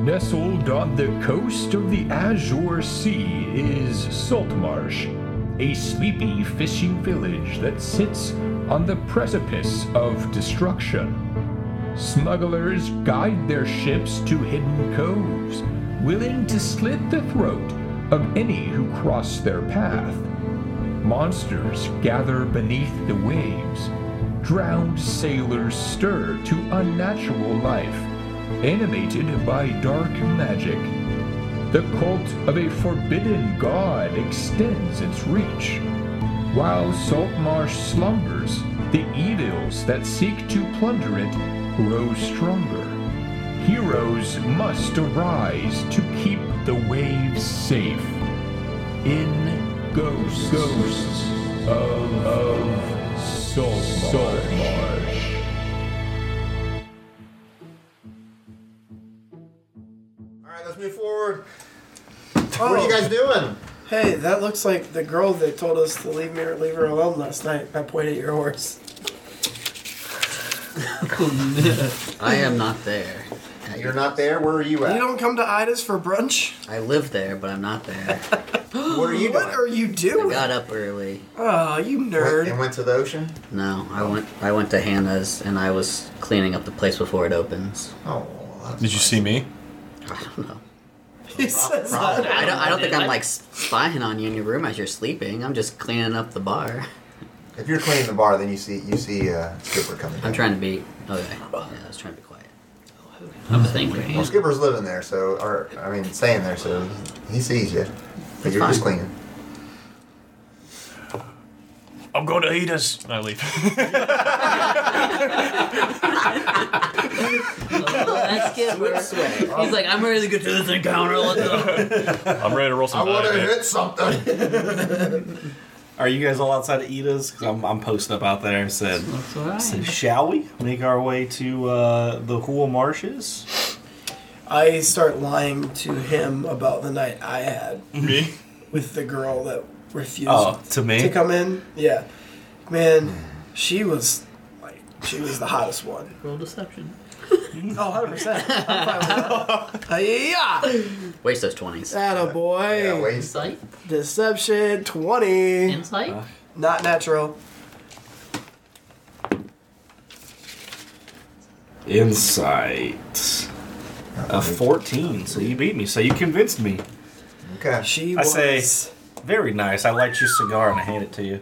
nestled on the coast of the Azure Sea is Saltmarsh, a sleepy fishing village that sits on the precipice of destruction. Smugglers guide their ships to hidden coves, willing to slit the throat of any who cross their path. Monsters gather beneath the waves. Drowned sailors stir to unnatural life, animated by dark magic. The cult of a forbidden god extends its reach. While Saltmarsh slumbers, the evils that seek to plunder it grow stronger. Heroes must arise to keep the waves safe. In Ghosts, Ghosts of, of Saltmarsh. All right, let's move forward. Oh. What are you guys doing? Hey, that looks like the girl that told us to leave me leave her alone last night. I pointed at your horse. I am not there. You're not there. Where are you You at? don't come to Ida's for brunch. I live there, but I'm not there. What are you What are doing? you I doing? got up early. Oh, you Went- And nerd. went to the ocean. No, I went. I went to Hannah's and I was cleaning up the place before it opens. Oh, that's Did you see me? I don't know. He says that. I don't. I don't think I'm like spying on you in your room as you're sleeping. I'm just cleaning up the bar. If you're cleaning the bar, then you see you see a skipper coming. I'm in. trying to be. Okay. Yeah, I was trying to be quiet. I'm thinking. Well, skipper's living there, so or I mean, staying there, so he sees you. But you're just fine. cleaning. I'm going to eat us. And I leave. That's He's like, I'm ready to get to this encounter. Let's go. I'm ready to roll I some want dice. to man. hit something. Are you guys all outside of Ida's? Because I'm, I'm posting up out there and said, so shall we make our way to uh, the Hool Marshes? I start lying to him about the night I had Me? with the girl that refused Oh, to me? to come in. Yeah, man, she was like, she was the hottest one. Roll deception. Oh, 100 percent. Yeah, Waste those twenties. that a boy. Yeah, wait. Insight. Deception twenty. Insight. Not natural. Insight. A 14, so you beat me, so you convinced me. Okay. She I was. say- Very nice. I liked your cigar and I hand it to you.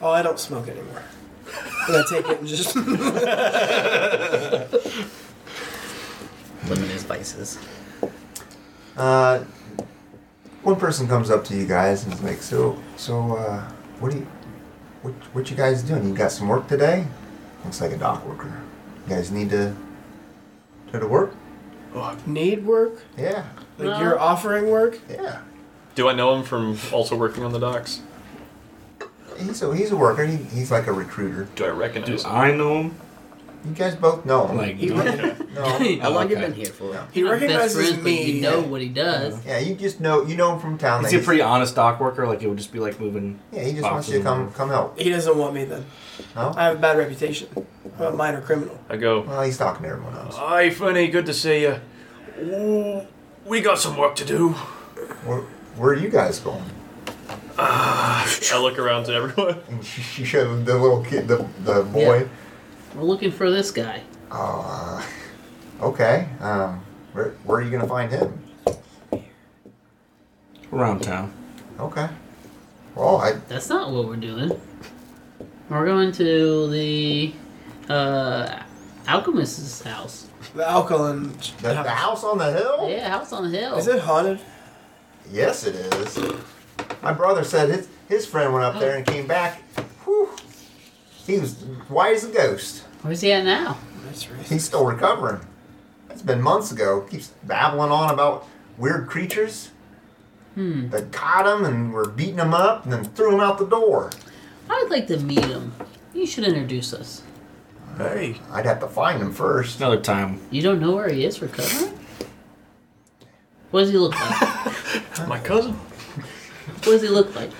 Oh, I don't smoke anymore. And I take it and just. Limit his vices. Uh, one person comes up to you guys and is like, "So, so, uh, what do you, what, what you guys doing? You got some work today? Looks like a dock worker. You guys need to, to the work? Need work? Yeah, Like you're offering work? yeah. Do I know him from also working on the docks? He's a, he's a worker. He, he's like a recruiter. Do I recognize him? I know him. You guys both know him. Like, He, don't- re- no. How long you okay. been here for? Yeah. he Not recognizes best friends, me. But you know what he does. Yeah, you just know you know him from town. They is he a just- pretty honest dock worker? Like, it would just be like moving. Yeah, he just wants you to come come help. he doesn't want me then. No. I have a bad reputation. I'm a minor criminal. I go. Well, he's talking to everyone else. Hi, funny. Good to see you. Ooh, we got some work to do. Where, where are you guys going? I look around to everyone. And she, she showed the little kid, the the boy. Yeah. We're looking for this guy. Oh, uh, okay. Um, where, where are you gonna find him? Around town. Okay. Well, I That's not what we're doing. We're going to the uh, alchemist's house. The alkaline. the, the house on the hill. Yeah, house on the hill. Is it haunted? Yes, it is. My brother said his his friend went up there and came back. Whew, he was white as a ghost. Where's he at now? That's racist. He's still recovering. That's been months ago. Keeps babbling on about weird creatures Hmm. that caught him and were beating him up and then threw him out the door. I'd like to meet him. You should introduce us. Hey. I'd have to find him first. Another time. You don't know where he is recovering? What does he look like? what My cousin. does he look like?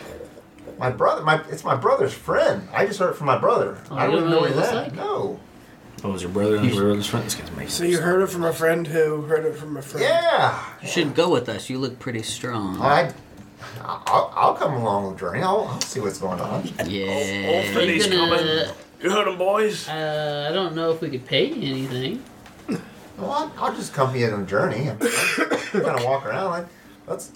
My brother, my it's my brother's friend. I just heard it from my brother. Oh, I you don't don't know know his what he name. looks like? No, Oh, was your brother in the front? This guy's So amazing. you heard it from a friend who heard it from a friend. Yeah. You should go with us. You look pretty strong. I, I'll, I'll come along with Journey. I'll, I'll see what's going on. Yeah. Old Freddy's You're gonna- coming. You heard him, boys? Uh, I don't know if we could pay you anything. Well, I'll, I'll just come here on a journey. I'm, going to walk around. Like, let's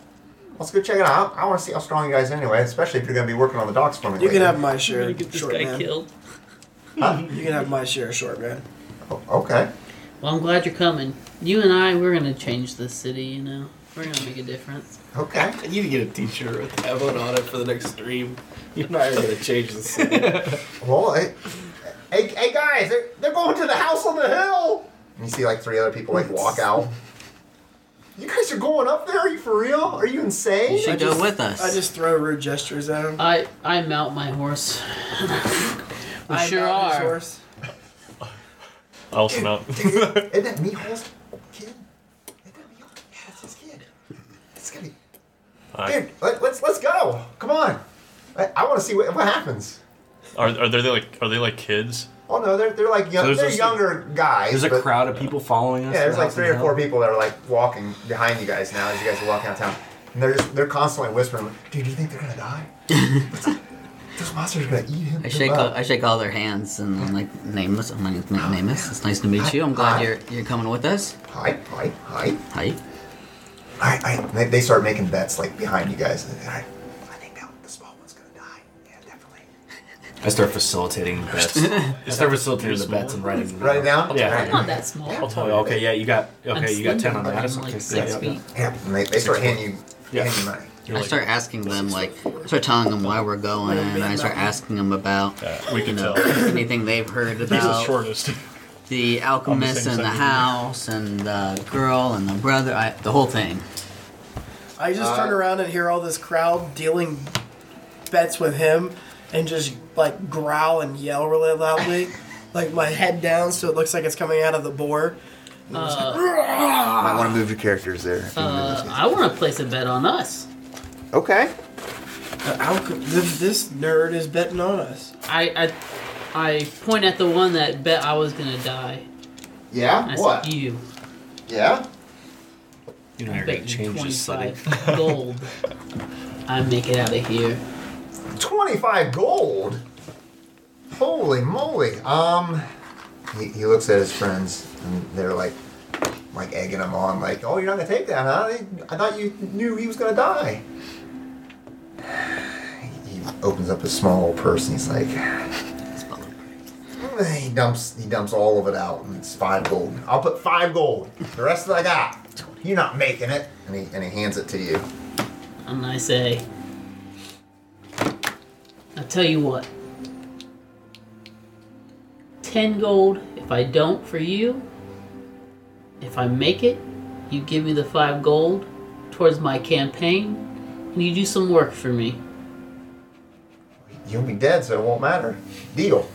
let's go check it out. I want to see how strong you guys are anyway, especially if you're going to be working on the docks for me. You can later. have my share, Gonna get this short guy man. killed. You can have my share, short man. O- uh, Okay. Well, I'm glad you're coming. You and I, we're gonna change this city. You know, we're gonna make a difference. Okay. I need to get a T-shirt with that one on it for the next stream. You and I are gonna change this. thing. Well, hey, hey, hey guys, they're, they're going to the house on the hill. And you see like three other people like walk out. You guys are going up there? Are you for real? Are you You insane? should go just- with us. I just throw rude gestures at him. I I mount my horse. we I sure mount his are. horse. I'll smell. Isn't that Michal's kid? Isn't that Michal's? Yeah, that's his kid. It's gonna be. Dude, let, let's let's go. Come on. I, I want to see what, what happens. Are, are they like are they like kids? Oh no, they're they're like young, there's they're this- younger guys. There's a but- crowd of people following us. Yeah, there's now, like three or somehow. four people that are like walking behind you guys now as you guys are walking out of town, and they're just they're constantly whispering, "Dude, do you think they're gonna die? Those monsters are gonna eat him." I shake all, up. I shake all their hands and I'm like nameless. I'm like "Na- nameless. It's nice to meet you. I'm glad you're you're coming with us. hi, hi, hi, Hi. hi, hi. They, they start making bets like behind you guys. And they're like, I think that the small one's gonna die. Yeah, definitely. I start facilitating the bets. I start facilitating the bets and writing. them Write it down. Yeah. Alright. I'm not that small. Yeah. Oh, okay, yeah, you got I'm okay, you got ten on slim. that. I'm That's like okay. six yeah, yeah, feet. yeah. Yeah, and they, they start handing you Yeah. handing you money. I start asking them like I start telling them why we're going, and I start asking them about we can you know tell. anything they've heard He's Oh. the about shortest. the alchemist same and the side as you. house and the girl and the brother, I, the whole thing. I just Uh, turn around and hear all this crowd dealing bets with him and just like growl and yell really loudly. like my head down so it looks like it's coming out of the boar. I want to move your characters there. Uh, I want to place a bet on us. okay. Uh, How could, this, this nerd is betting on us. I I, I point at the one that bet I was gonna die. Yeah. I what? said you. Yeah. You know, you're gonna Bet you change this city. 25 gold. I make it out of here. Twenty-five gold. Holy moly. Um, he, he looks at his friends and they're like, like egging him on, like, "Oh, you're not gonna take that, huh? I thought you knew he was gonna die." He opens up his small little purse and he's like, He dumps he dumps all of it out and it's five gold. I'll put five gold. The rest that I got. You're not making it. And he and he hands it to you. And I say, I'll tell you what. 10 gold if I don't for you. If I make it, you give me the 5 gold towards my campaign, and you do some work for me. You'll be dead, so it won't matter. Deal.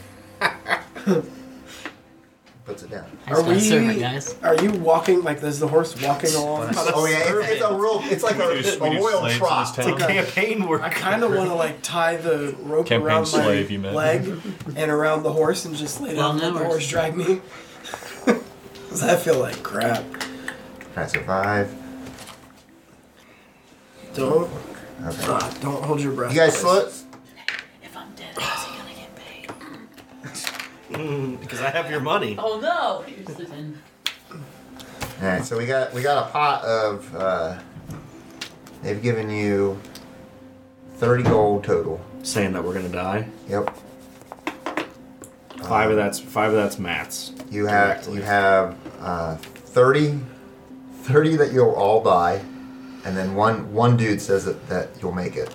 Puts it down. I just Are got we- servant, guys. Are you walking like is the horse walking along? Oh yeah, it's, it's a real it's like a, We do- a we do royal slaves in trot. this town. It's like a- Campaign I work. kind of want to like tie the rope Campaign around slave, my you meant. leg and around the horse and just lay down Well, and let now the we're- horse drag me. 'Cause I feel like crap. Alright, so five. Don't Okay. ah, don't hold your breath. You guys boys. slow If I'm dead, how's he gonna get paid? Because I have your money. Oh no! Here's the 10. Alright, so we got we got a pot of uh, they've given you thirty gold total. Saying that we're gonna die. Yep. Five of that's five of that's Matt's. You have Directly. you have uh, 30, 30 that you'll all die, and then one one dude says that, that you'll make it.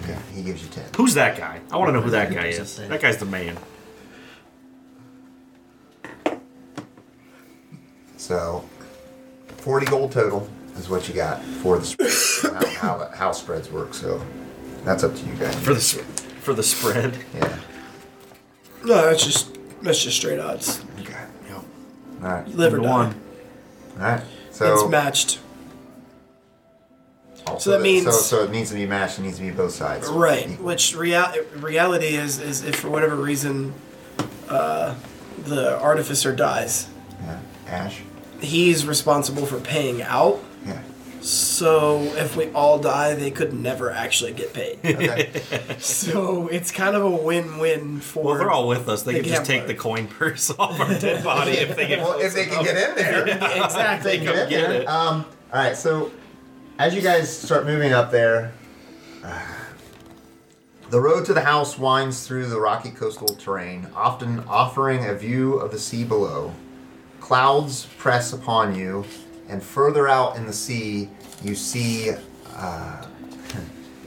Okay. He gives you ten. Who's that guy? I want to know who that guy Doesn't is. say. That guy's the man. So forty gold total is what you got for the spread. how, how the- how spreads work. So that's up to you guys. For the s- for the spread. yeah. No, that's just that's just straight odds. Okay. All right. You live or Number die. one. All right. So it's matched. also that the- means- so, so it needs to be matched. It needs to be both sides. Right. Which rea- reality is is if for whatever reason uh, the artificer dies, Yeah. Ash. he's responsible for paying out. Yeah. So if we all die, they could never actually get paid. Okay. so it's kind of a win-win for. Well, they're all with us. They The could just take gambler. the coin purse off our dead body if they get well, if they can get in there. exactly. They go get it. Um, all right, so as you guys start moving up there, uh, the road to the house winds through the rocky coastal terrain, often offering a view of the sea below. Clouds press upon you, and further out in the sea, you see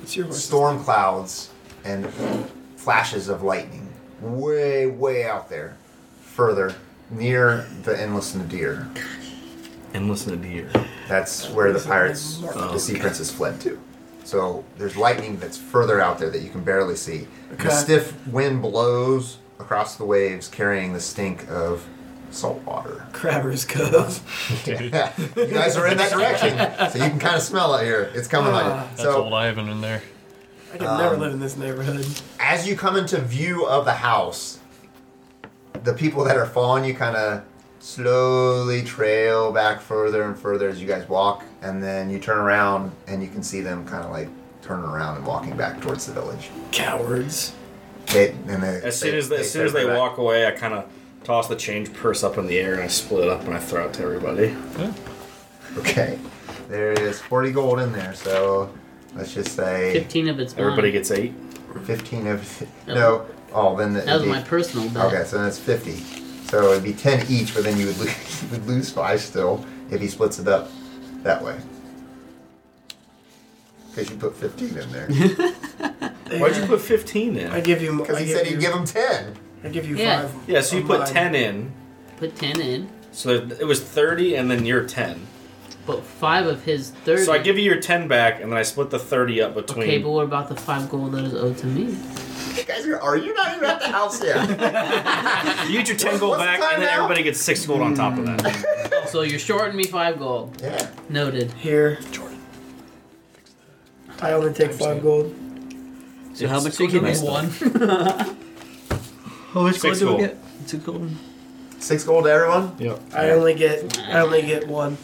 It's your horse. storm clouds and flashes of lightning way, way out there, further near the endless nadir. and listen to here. That's where the pirates, the sea princess fled to. So there's lightning that's further out there that you can barely see. The Okay. stiff wind blows across the waves, carrying the stink of salt water. Crabber's Cove. Yeah, you guys are in that direction, so you can kind of smell it here. It's coming on you. That's old So Ivan in there. I could Um, never live in this neighborhood. as you come into view of the house, the people that are following you kind of slowly trail back further and further as you guys walk, and then you turn around and you can see them kind of like turning around and walking back towards the village. Cowards. They, and they, As soon as they, as soon as they turn back. walk away, I kind of toss the change purse up in the air and I split it up and I throw it to everybody. okay, there is forty gold in there, so let's just say 15 of it's mine. Everybody gets eight. fifteen of no. Oh, then the, That was my personal bet. Okay, so that's 50. So it'd be 10 each, but then you would lose, would lose 5 still if he splits it up that way. Because you put 15 in there. Because Why'd you put fifteen in? I give you. mo- I he give said he'd you- give him 10. I give you Yeah. five. yeah, so you of put mine. ten in. Put 10 in, So there- it was thirty, and then you're ten. but 5 of his 30. So I give you your ten back, and then I split the thirty up between. Okay, but what about the 5 gold that is owed to me? You guys are, are you not even at the house yet? You get your ten gold What's the back, time and then now? everybody gets six gold on top of that. So you're shorting me 5 gold. yeah. Noted. Here. I only take five gold. So how much So you gold do give I me still- 1. How much gold Six do I gold. get? Six gold. 6 gold to everyone? Yep. I only get. I only get one.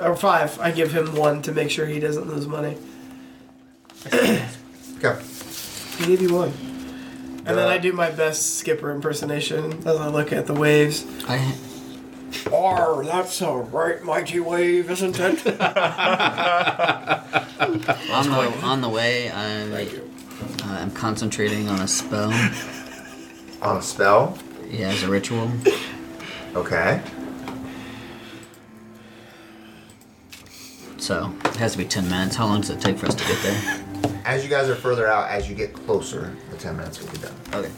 Or five. I give him one to make sure he doesn't lose money. Go. He gave you one. And then Uh, I do my best skipper impersonation as I look at the waves. I Arr, that's a right mighty wave, isn't it? on the on the way. I'm I'm concentrating on a spell. On a spell? Yeah, as a ritual. Okay. So it has to be ten minutes. How long does it take for us to get there? As you guys are further out, as you get closer, the 10 minutes will be done. Okay.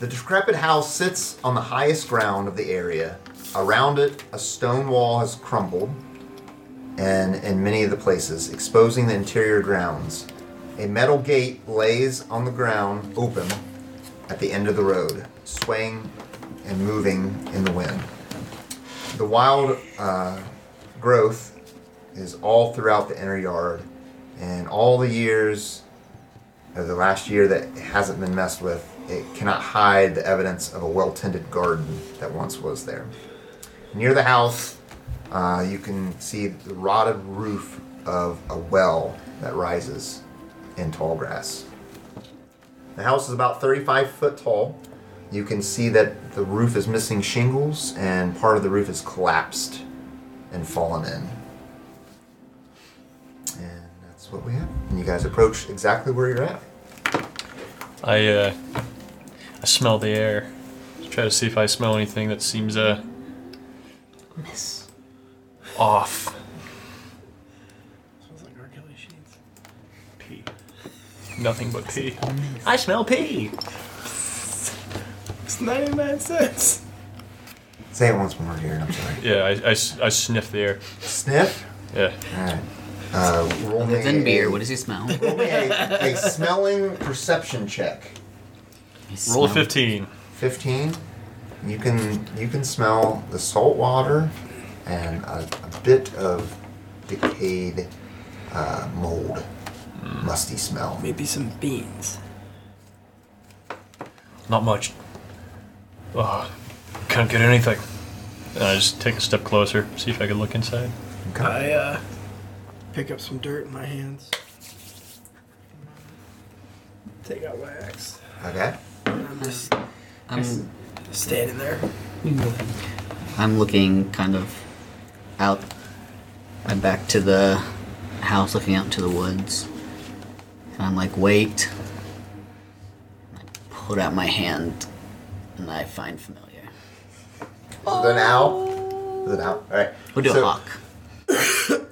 The decrepit house sits on the highest ground of the area. Around it, a stone wall has crumbled, and in many of the places, exposing the interior grounds. A metal gate lays on the ground, open, at the end of the road, swaying and moving in the wind. The wild uh, growth is all throughout the inner yard, and all the years of the last year that hasn't been messed with, it cannot hide the evidence of a well tended garden that once was there. Near the house, uh, you can see the rotted roof of a well that rises in tall grass. The house is about 35 foot tall. You can see that the roof is missing shingles and part of the roof is collapsed and fallen in. And that's what we have. And you guys approach exactly where you're at. I uh, I smell the air. Try to see if I smell anything that seems uh Miss. off. Smells like R. Kelly sheets. Nothing but pee. I smell pee. It's 99 cents. Say it once more here, I'm sorry. Yeah, I, I s- I sniff the air. Sniff. Yeah. Alright. Uh, roll me Other than a- beer, what does he smell? roll me a, a smelling perception check. He Roll a smells- 15. 15. You can you can smell the salt water and a, a bit of decayed uh, mold. Musty smell. Maybe some beans. Not much. Oh, can't get anything. And I just take a step closer, see if I can look inside. Okay. I uh, pick up some dirt in my hands. Take out my axe. Okay. I'm just I'm standing there. I'm looking kind of out. I'm back to the house, looking out into the woods, and I'm like, wait. And I put out my hand, and I find familiar. Is it an owl? Is it an owl? All right. We'll do So- a hawk.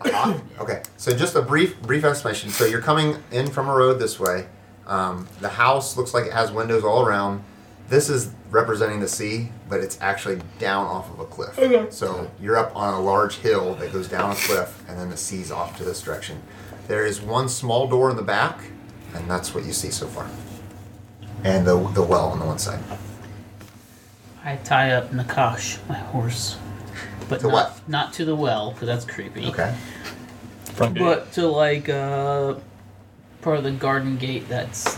Ah, okay, so just a brief brief explanation. So you're coming in from a road this way. Um, the house looks like it has windows all around. This is representing the sea, but it's actually down off of a cliff. Okay. So you're up on a large hill that goes down a cliff, and then the sea's off to this direction. There is one small door in the back, and that's what you see so far. And the, the well on the one side. I tie up Nakash, my horse. But To not, what? Not to the well, because that's creepy. Okay. Front gate. But to like uh, part of the garden gate that's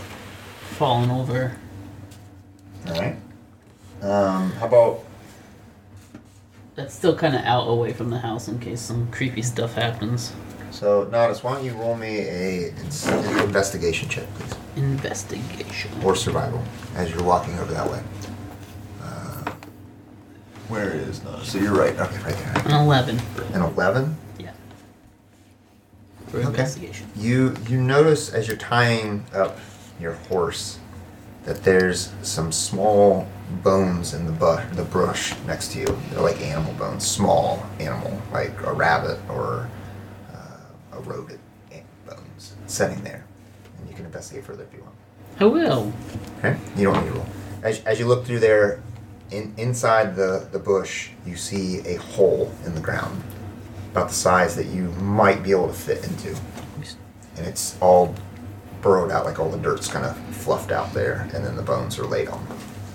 fallen over. All right. Um, how about That's still kind of out away from the house in case some creepy stuff happens. so Nodis? Why don't you roll me a ins- investigation check, please? Investigation. or survival as you're walking over that way. Uh, where is no? So you're right. Okay, right there. An 11. An eleven. Yeah. For Okay. investigation. You you notice as you're tying up your horse that there's some small bones in the bu- the brush next to you. They're like animal bones, small animal, like a rabbit or uh, a rodent eh, bones, sitting there. And you can investigate further if you want. I will. Okay. You don't need to roll. As, as you look through there, in, inside the, the bush, you see a hole in the ground, about the size that you might be able to fit into. And it's all burrowed out, like all the dirt's kind of fluffed out there, and then the bones are laid on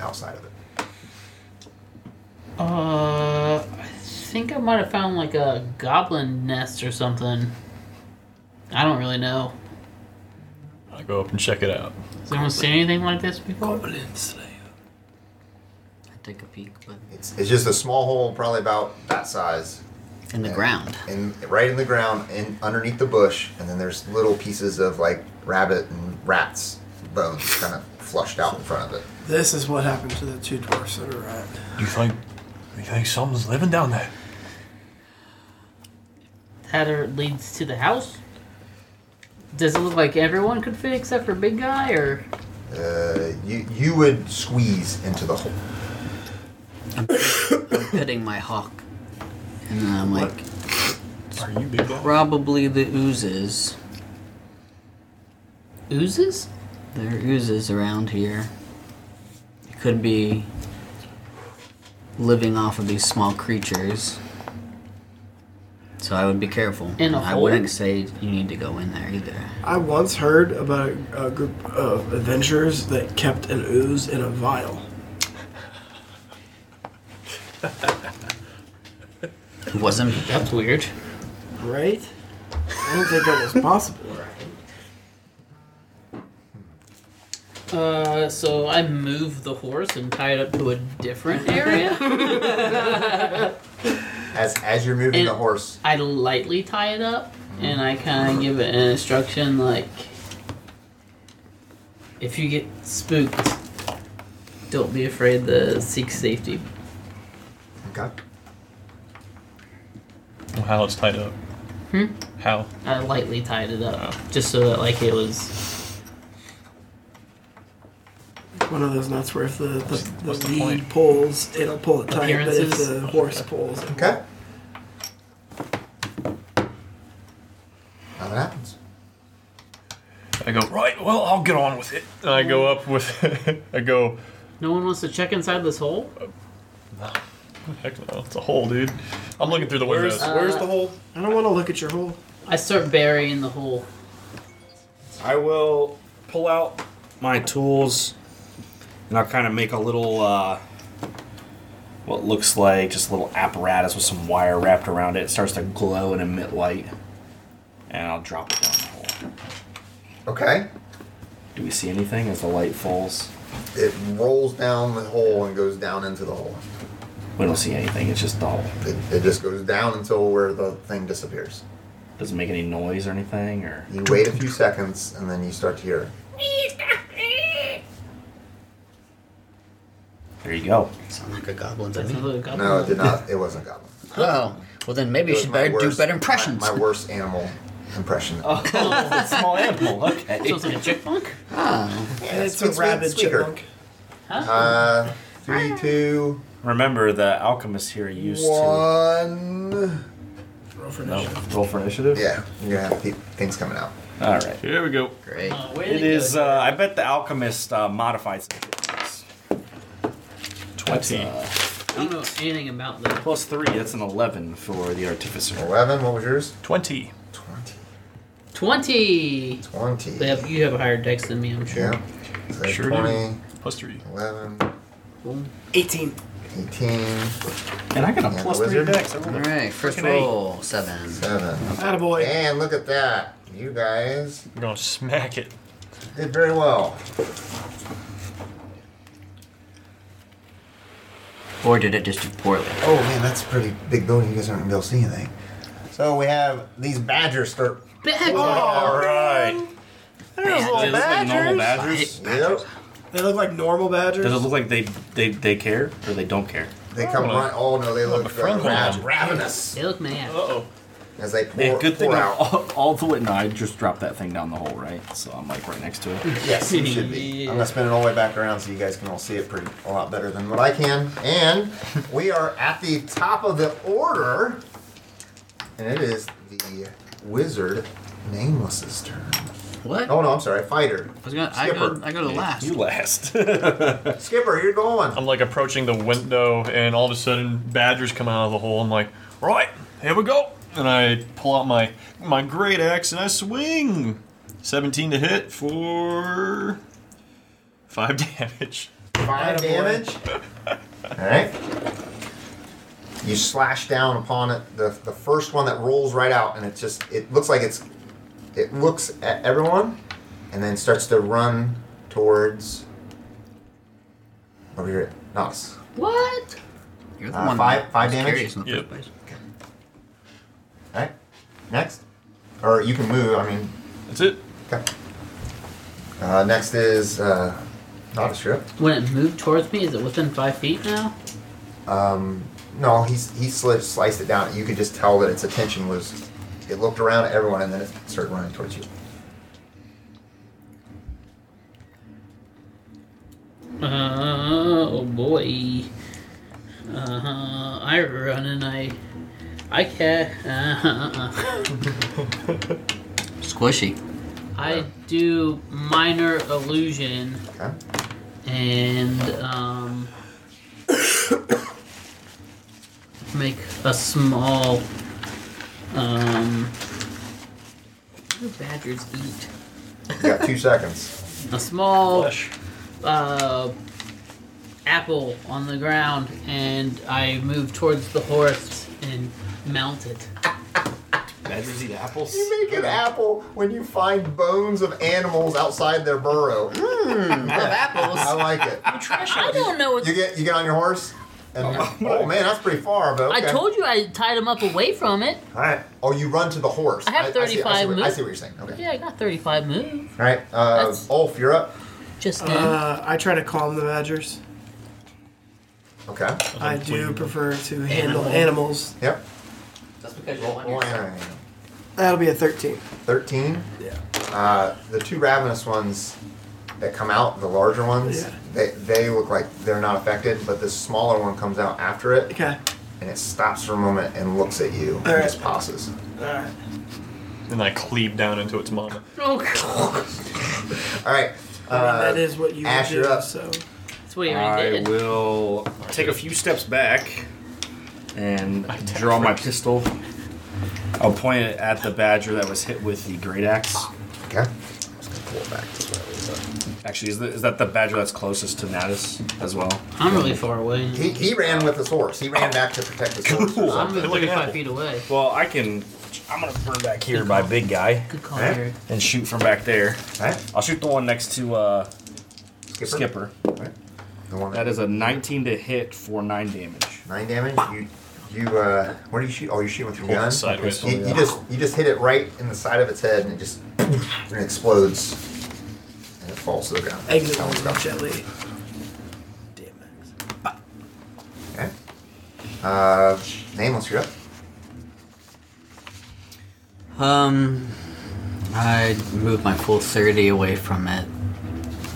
outside of it. Uh, I think I might have found like a goblin nest or something. I don't really know. I go up and check it out. Has anyone seen anything like this before? Goblin Slayer. I take a peek, but It's, it's just a small hole, probably about that size, in the Yeah. ground. in right in the ground and underneath the bush and then there's little pieces of like rabbit and rats bones kind of flushed out in front of it This is what happened to the two dwarfs that are at. You think you think something's living down there? That or leads to the house? Does it look like everyone could fit except for big guy or uh, you you would squeeze into the hole petting my hawk. And then I'm like, Are you big guy? probably the oozes. oozes? There are oozes around here. It could be living off of these small creatures. So I would be careful. In a I hole? wouldn't say you need to go in there either. I once heard about a, a group of adventurers that kept an ooze in a vial. It wasn't. That's weird. Right? I don't think that was possible. Uh, so I move the horse and tie it up to a different area. as as you're moving And- the horse I lightly tie it up and I kind of give it an instruction like, if you get spooked, don't be afraid to seek safety. okay Well, how it's tied up? Hmm. How? I lightly tied it up just so that like it was One of those nuts where if the, the, the, What's the lead point? pulls, it'll pull it tight, but if Appearances? the horse pulls, it okay nothing happens I go right. Well, I'll get on with it. And I go up with. I go. No one wants to check inside this hole? Heck no! It's a hole, dude. I'm looking through the windows. Where's, where's the hole? I don't want to look at your hole. I start burying the hole. I will pull out my tools and I'll kind of make a little, uh, what looks like just a little apparatus with some wire wrapped around it. It starts to glow and emit light. And I'll drop it down the hole. okay Do we see anything as the light falls? it rolls down the hole and goes down into the hole. We don't see anything. It's just the hole. It, it just goes down until where the thing disappears. Doesn't make any noise or anything. Or You wait a few seconds and then you start to hear. there you go. Sound like a goblin to That's me. another goblin. No, it did not. It wasn't a goblin. Oh, well then It maybe you was should my better do worst- better impressions. My, my worst animal impression. Oh, small animal. So Okay. it's like a chipmunk? oh, Yeah, And it's sweet, a sweet rabid squeaker. chipmunk. Uh, three, two, Remember, the alchemist here used one. Roll for to no, initiative. roll for initiative. Yeah, you're gonna have pe- things coming out. All right. Here we go. great. Uh, where did It is. Uh, I bet the alchemist uh, modified. Twenty. I don't know anything about the. Plus three. That's an eleven for the artificer. Eleven. What was yours? Twenty. Twenty. 20! Twenty. They have, you have a higher dex than me, I'm sure. Yeah. So Sure do. 20, Plus three. 11, 18. 18, And I got a Yeah, plus the three wizard. dex. I All rolled a- right, first Freaking eight. roll seven. 7. Attaboy. And look at that. You guys We're gonna smack it. did very well. Or did it just do poorly? Oh man, that's a pretty big building. You guys aren't gonna be able to see anything. So we have these badgers start. Bad Oh, All right. There's They look like normal badgers. badgers. Yep. They look like normal badgers. Does it look like they they, they care or they don't care? They come Oh. right. Oh no, they look friend uh, rav- one. ravenous They look mad. Uh-oh. as they pour, Yeah, good thing pour I'm out. all, all the way. No, I just dropped that thing down the hole, right? So I'm like right next to it. Yes, you should be. I'm gonna spin it all the way back around so you guys can all see it pretty a lot better than what I can. And we are at the top of the order, and it is the wizard nameless's turn. What? Oh no, I'm sorry, fighter. I was gonna. I go. Skipper. I go to the last. You last. Skipper, you're going. I'm like approaching the window, and all of a sudden, badgers come out of the hole. I'm like, all right, here we go. And I pull out my my great axe and I swing. 17 to hit for five damage. Five damage. All right. You slash down upon it. The the first one that rolls right out, and it just it looks like it's it looks at everyone, and then starts to run towards over here. Nos. What? You're the Uh, one. five- that five was damage? curious in the Yep. first place. All right. Next, or you can move. I mean, That's it. okay. Uh, next is uh, Nos. You're up. When it moved towards me, is it within five feet now? Um, no, he's he sli- sliced it down. You could just tell that its attention was. It looked around at everyone and then it started running towards you. Uh, oh boy. Uh, I run and I. I ca Uh, Squishy. I do minor illusion Okay. and um, make a small. Um, what do badgers eat? You got two seconds. A small Flesh. uh, apple on the ground, and I move towards the horse and mount it. Badgers eat apples. You make an apple when you find bones of animals outside their burrow. I apples. like it. I don't know. What You get you get on your horse and oh man, that's pretty far, but I okay. told you I tied him up away from it. All right. Oh, you run to the horse. I have see- see, 35 what- I moves. see what you're saying. Okay. Yeah, I got 35 move All right. Uh, That's- Ulf, you're up. just now. Uh, I try to calm the badgers. Okay. I do prefer to handle Animal. animals. Yep. That's because you're Oh, yeah. That'll be a 13. Thirteen. Yeah. Uh, the two ravenous ones that come out, the larger ones, Yeah. they, they look like they're not affected, but the smaller one comes out after it Okay. and it stops for a moment and looks at you and All right. just passes. Alright. And I cleave down into its mama. Oh, God. All right. I mean, Uh, that is what you Ash, would do, you're up. so. That's what you already I did. will take a few steps back and draw my pistol. I'll point it at the badger that was hit with the great axe. okay. I'm just gonna pull it back to where it was at. Actually, is, the, is that the badger that's closest to Natus as well? I'm really far away. He, he ran with his horse. He ran back to protect his horse. Cool. I'm Look at 35 Apple. feet away. Well, I can. I'm gonna burn back here by big guy Good call, Huh? Eric. and shoot from back there. All right. I'll shoot the one next to uh, Skipper. Skipper. Right. The one That is a 19 to hit for 9 damage. nine damage. You you uh, what do you shoot? Oh, you shoot with your gun. sideways. You, you just you just hit it right in the side of its head, and it just and it explodes, and it falls to the ground. Exit Sounds wound dumb. jelly. DMX. Okay. Uh, nameless, you're up. Um, I move my full 30 away from it.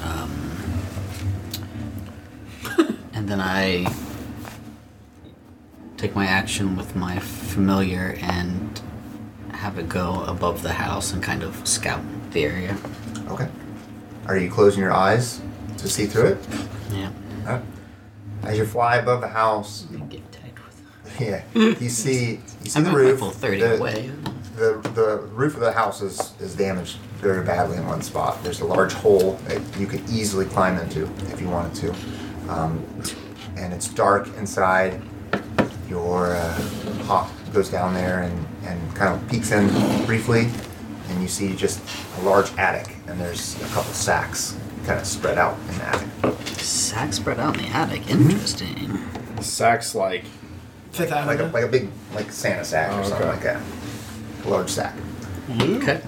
Um, and then I take my action with my familiar and have it go above the house and kind of scout the area. Okay. Are you closing your eyes to see through it? Yeah. Huh? As you fly above the house, Get tagged with yeah, you see you see I the moved my roof. full 30 the, away. the the roof of the house is, is damaged very badly in one spot. There's a large hole that you could easily climb into if you wanted to, um, and it's dark inside. Your uh, hawk goes down there and, and kind of peeks in briefly, and you see just a large attic, and there's a couple sacks kind of spread out in the attic. Sack spread out in the attic. Interesting. Sack's like like Fifth a, Avenue. like a big like Santa sack or something like that, a large sack. Okay.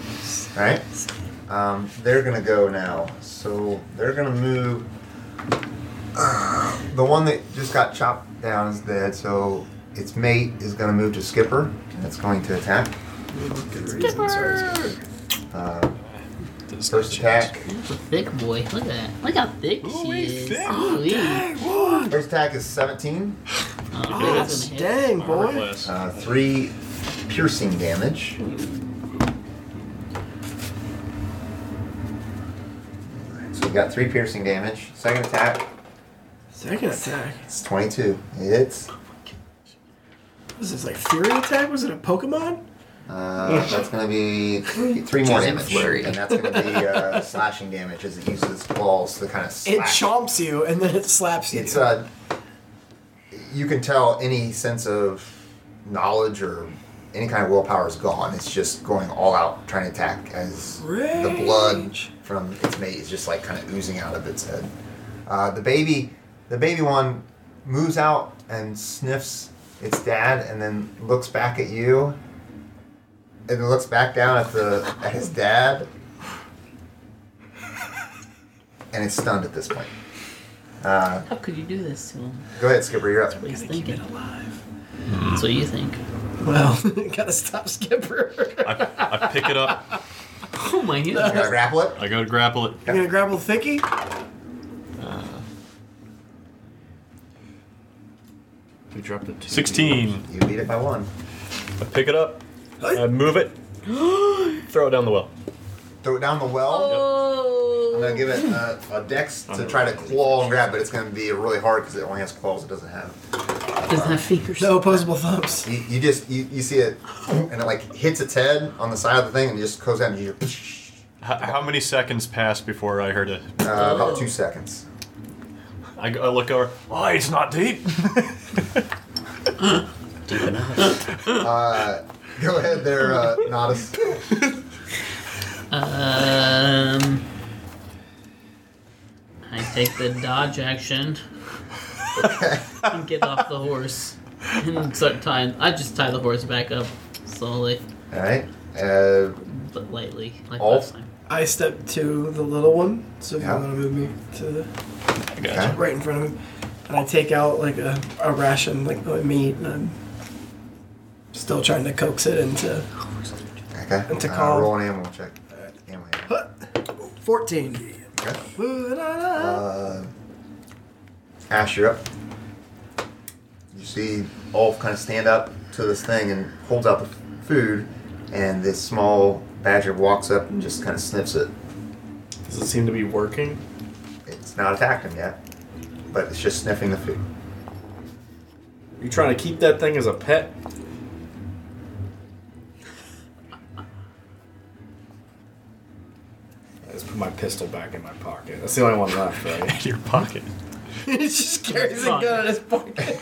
All right, um, they're gonna go now. So they're gonna move. Uh, the one that just got chopped down is dead. So its mate is gonna move to Skipper, and it's going to attack. Uh, Does first not change. attack. That's a thick boy. Look at that. Look how thick Ooh, she he's is. thick. Ooh, wee. First attack is 17, Oh, Yes, that's gonna hit. dang Armor boy. class. uh, three piercing damage. So we got three piercing damage. Second attack Second attack. It's 22. It's. Was this like Fury attack? Was it a Pokemon? Uh, that's going to be three, three more Jesus, damage. Larry. And that's going to be uh, slashing damage as it uses its claws to kind of slash. It chomps you and then it slaps you. It's Uh, you can tell any sense of knowledge or any kind of willpower is gone. It's just going all out trying to attack as the blood Rage. from its mate is just like kind of oozing out of its head. Uh, the baby, the baby one, moves out and sniffs its dad, and then looks back at you, and then looks back down at the at his dad, and it's stunned at this point. Uh, How could you do this to him? Go aid, Skipper. You're up. What he's Gotta keep it thinking. alive. That's what you think. Well, gotta stop Skipper. I, I pick it up. Oh my You god. gotta grapple it. I go to grapple it. You gonna grapple Thicky? we dropped it. 16. You beat it by one. I pick it up. I move it. throw it down the well. Throw it down the Oh. well. I'm Oh. gonna give it a, a dex to try to claw and grab, but it's gonna be really hard because it only has claws. It doesn't have. Doesn't have fingers. No opposable thumps. You, you just you, you see it, and it like hits its head on the side of the thing, and it just goes down. And you hear, How, how many seconds passed before I heard it? uh, about Oh. two seconds. I, go- I look over. Oh, it's not deep. Deep enough. Go ahead there, uh, Nodus. Um. I take the dodge action and get off the horse and start tying. I just tie the horse back up slowly All right. Uh, but lightly, like All- last time. I step to the little one, so if Yeah. you want to move me to the, okay. right in front of him, and I take out like a, a ration like of meat, and I'm still trying to coax it into Okay. And to uh, call- roll an animal check. Uh, Animal. handling. fourteen. Okay. Woo-da-da. Uh, Ash, you're up. You see Ulf kind of stand up to this thing and holds out the f- food, and this small badger walks up and just kind of sniffs it. Does it seem to be working? It's not attacked him yet, but it's just sniffing the food. You trying to keep that thing as a pet? I just put my pistol back in my pocket. That's the only one left, right? Your pocket. He just carries a gun in his pocket.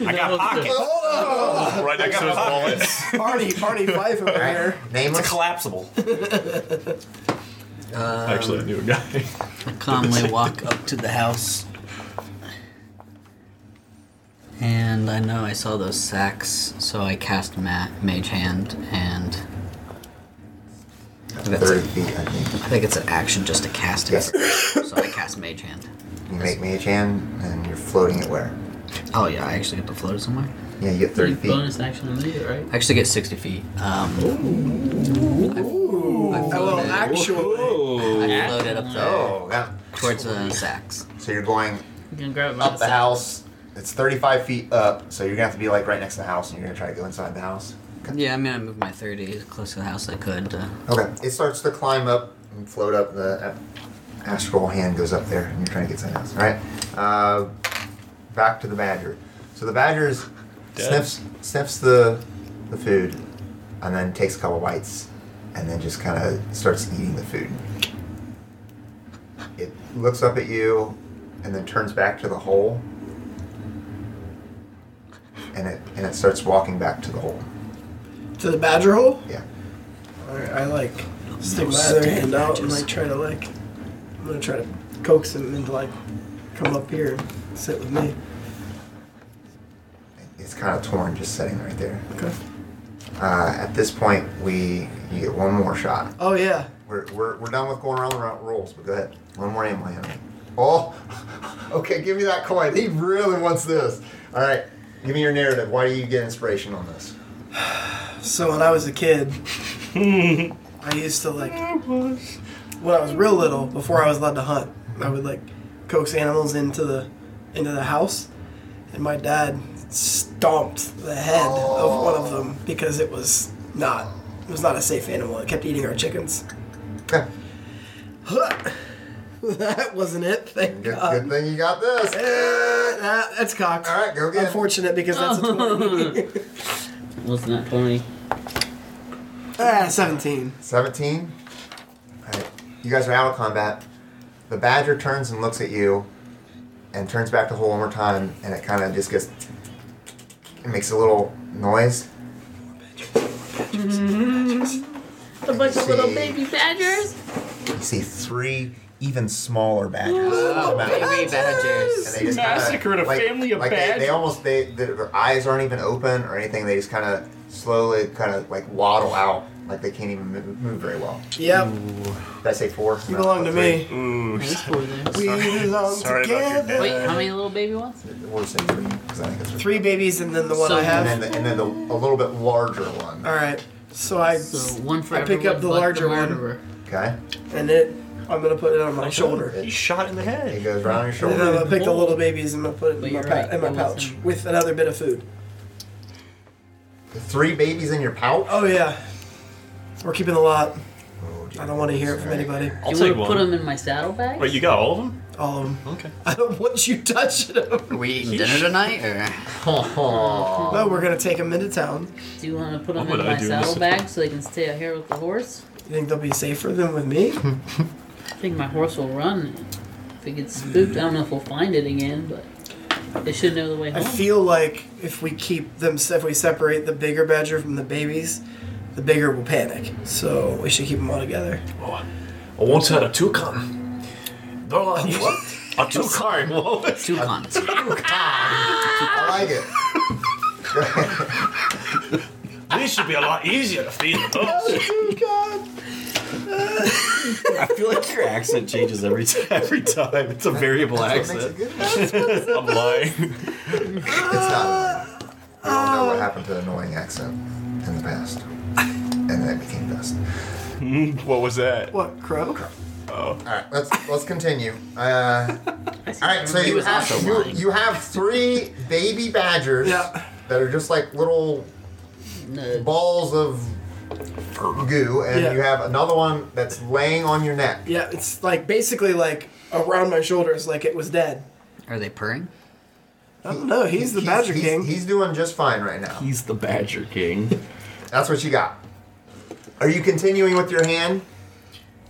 I got pockets. Right next to his wallet. Party, party five over here. Nameless. collapsible. Actually, I knew a guy. I calmly walk up to the house. And I know I saw those sacks, so I cast ma- Mage Hand, and I think, that's Thirty a, feet, I think. I think it's an action just to cast it. Yes. So I cast Mage Hand. You make me a hand, and you're floating it where? Oh yeah, I actually get to float it somewhere. Yeah, you get thirty You feet. bonus action to move it, right? I actually get 60 feet. Um, Well, actually, I float it up there Oh, yeah. towards the sacks. So you're going You can grab it by up the side. house. It's thirty-five feet up, so you're gonna have to be like right next to the house, and you're gonna try to go inside the house. Yeah, I mean, I moved my 30 as close to the house as I could. Uh, Okay. It starts to climb up and float up. The a- astral hand goes up there, and you're trying to get to the house. All right. Uh, back to the badger. So the badger is- Dead. sniffs sniffs the the food, and then takes a couple bites, and then just kind of starts eating the food. It looks up at you, and then turns back to the hole, and it and it starts walking back to the hole. to the badger hole. Yeah. All right, I like stick my Stick other hand out and badges. like try to like. I'm gonna try to coax him into like come up here and sit with me. It's kind of torn, just sitting right there. Okay. Uh, at this point, we you get one more shot. Oh yeah. We're, we're, we're done with going around the ro- rolls, but go ahead. One more ammo, Henry. Oh, okay. Give me that coin. He really wants this. All right. Give me your narrative. Why do you get inspiration on this? So when I was a kid, I used to like when I was real little before I was allowed to hunt. I would like coax animals into the into the house, and my dad stomped the head of one of them because it was not it was not a safe animal. It kept eating our chickens. Yeah, that wasn't it. Thank Good, God. good thing you got this. Nah, that's cocked. All right, go again. Unfortunate because that's a 20. Wasn't that 20? ah, 17. 17. All right. You guys are out of combat. The badger turns and looks at you and turns back to hole one more time, and it kind of just gets. It makes a little noise. A bunch of See. little baby badgers. You see three even smaller badgers. come out. baby badgers! And they just kinda, Massacred a family of like They, they badgers. almost they, their their eyes aren't even open or anything. They just kind of slowly kind of like waddle out, like they can't even move, move very well. Yep. Did I say four? You belong to me. There's four there. We belong Sorry about your together. Wait, how many little baby ones? We'll say three because I think it's Three babies and then the one So- I And have. then, the, and then the, a little bit larger one. All right. So I So one for I pick everyone up the but larger one. murderer. Okay, and it I'm gonna put it on my shoulder. It- He's shot in the it head. goes around your And then I'm shoulder. gonna pick the little babies and I'm gonna put it But in my, you're pa- right, in my it pouch wasn't- with another bit of food. The three babies in your pouch. Oh yeah. We're keeping a lot. Oh, dear. I don't want to hear it from All right. anybody. I'll you take wanna one. put them in my saddlebag? Wait, you got all of them? All of them. Okay. I don't want you touching them. Are we eating dinner tonight, or? No, we're gonna take them into town. Do you want to put them What in would I my do in this saddlebag so they can stay out here with the horse? You think they'll be safer than with me? I think my horse will run. If it gets spooked, I don't know if we'll find it again, but it should know the way I home. feel like if we keep them, if we separate the bigger badger from the babies, the bigger will panic. So we should keep them all together. I once had a toucan. They're like, what? A two car. What? Two cons. I like it. These should be a lot easier to feed than those. I feel like your accent changes every t- every time. It's a variable That's what makes it accent. good. I'm lying. It's Uh, not. annoying. We all know what oh. happened to the annoying accent in the past, and then it became dust. What was that? What crow? All right, let's let's continue. Uh, all right, so He you was have also you, lying. you have three baby badgers Yeah. that are just like little No. balls of goo, and Yeah. you have another one that's laying on your neck. Yeah, it's like basically like around my shoulders, like it was dead. Are they purring? I don't know. He's the badger he's- king. He's doing just fine right now. He's the Badger King. That's what you got. Are you continuing with your hand?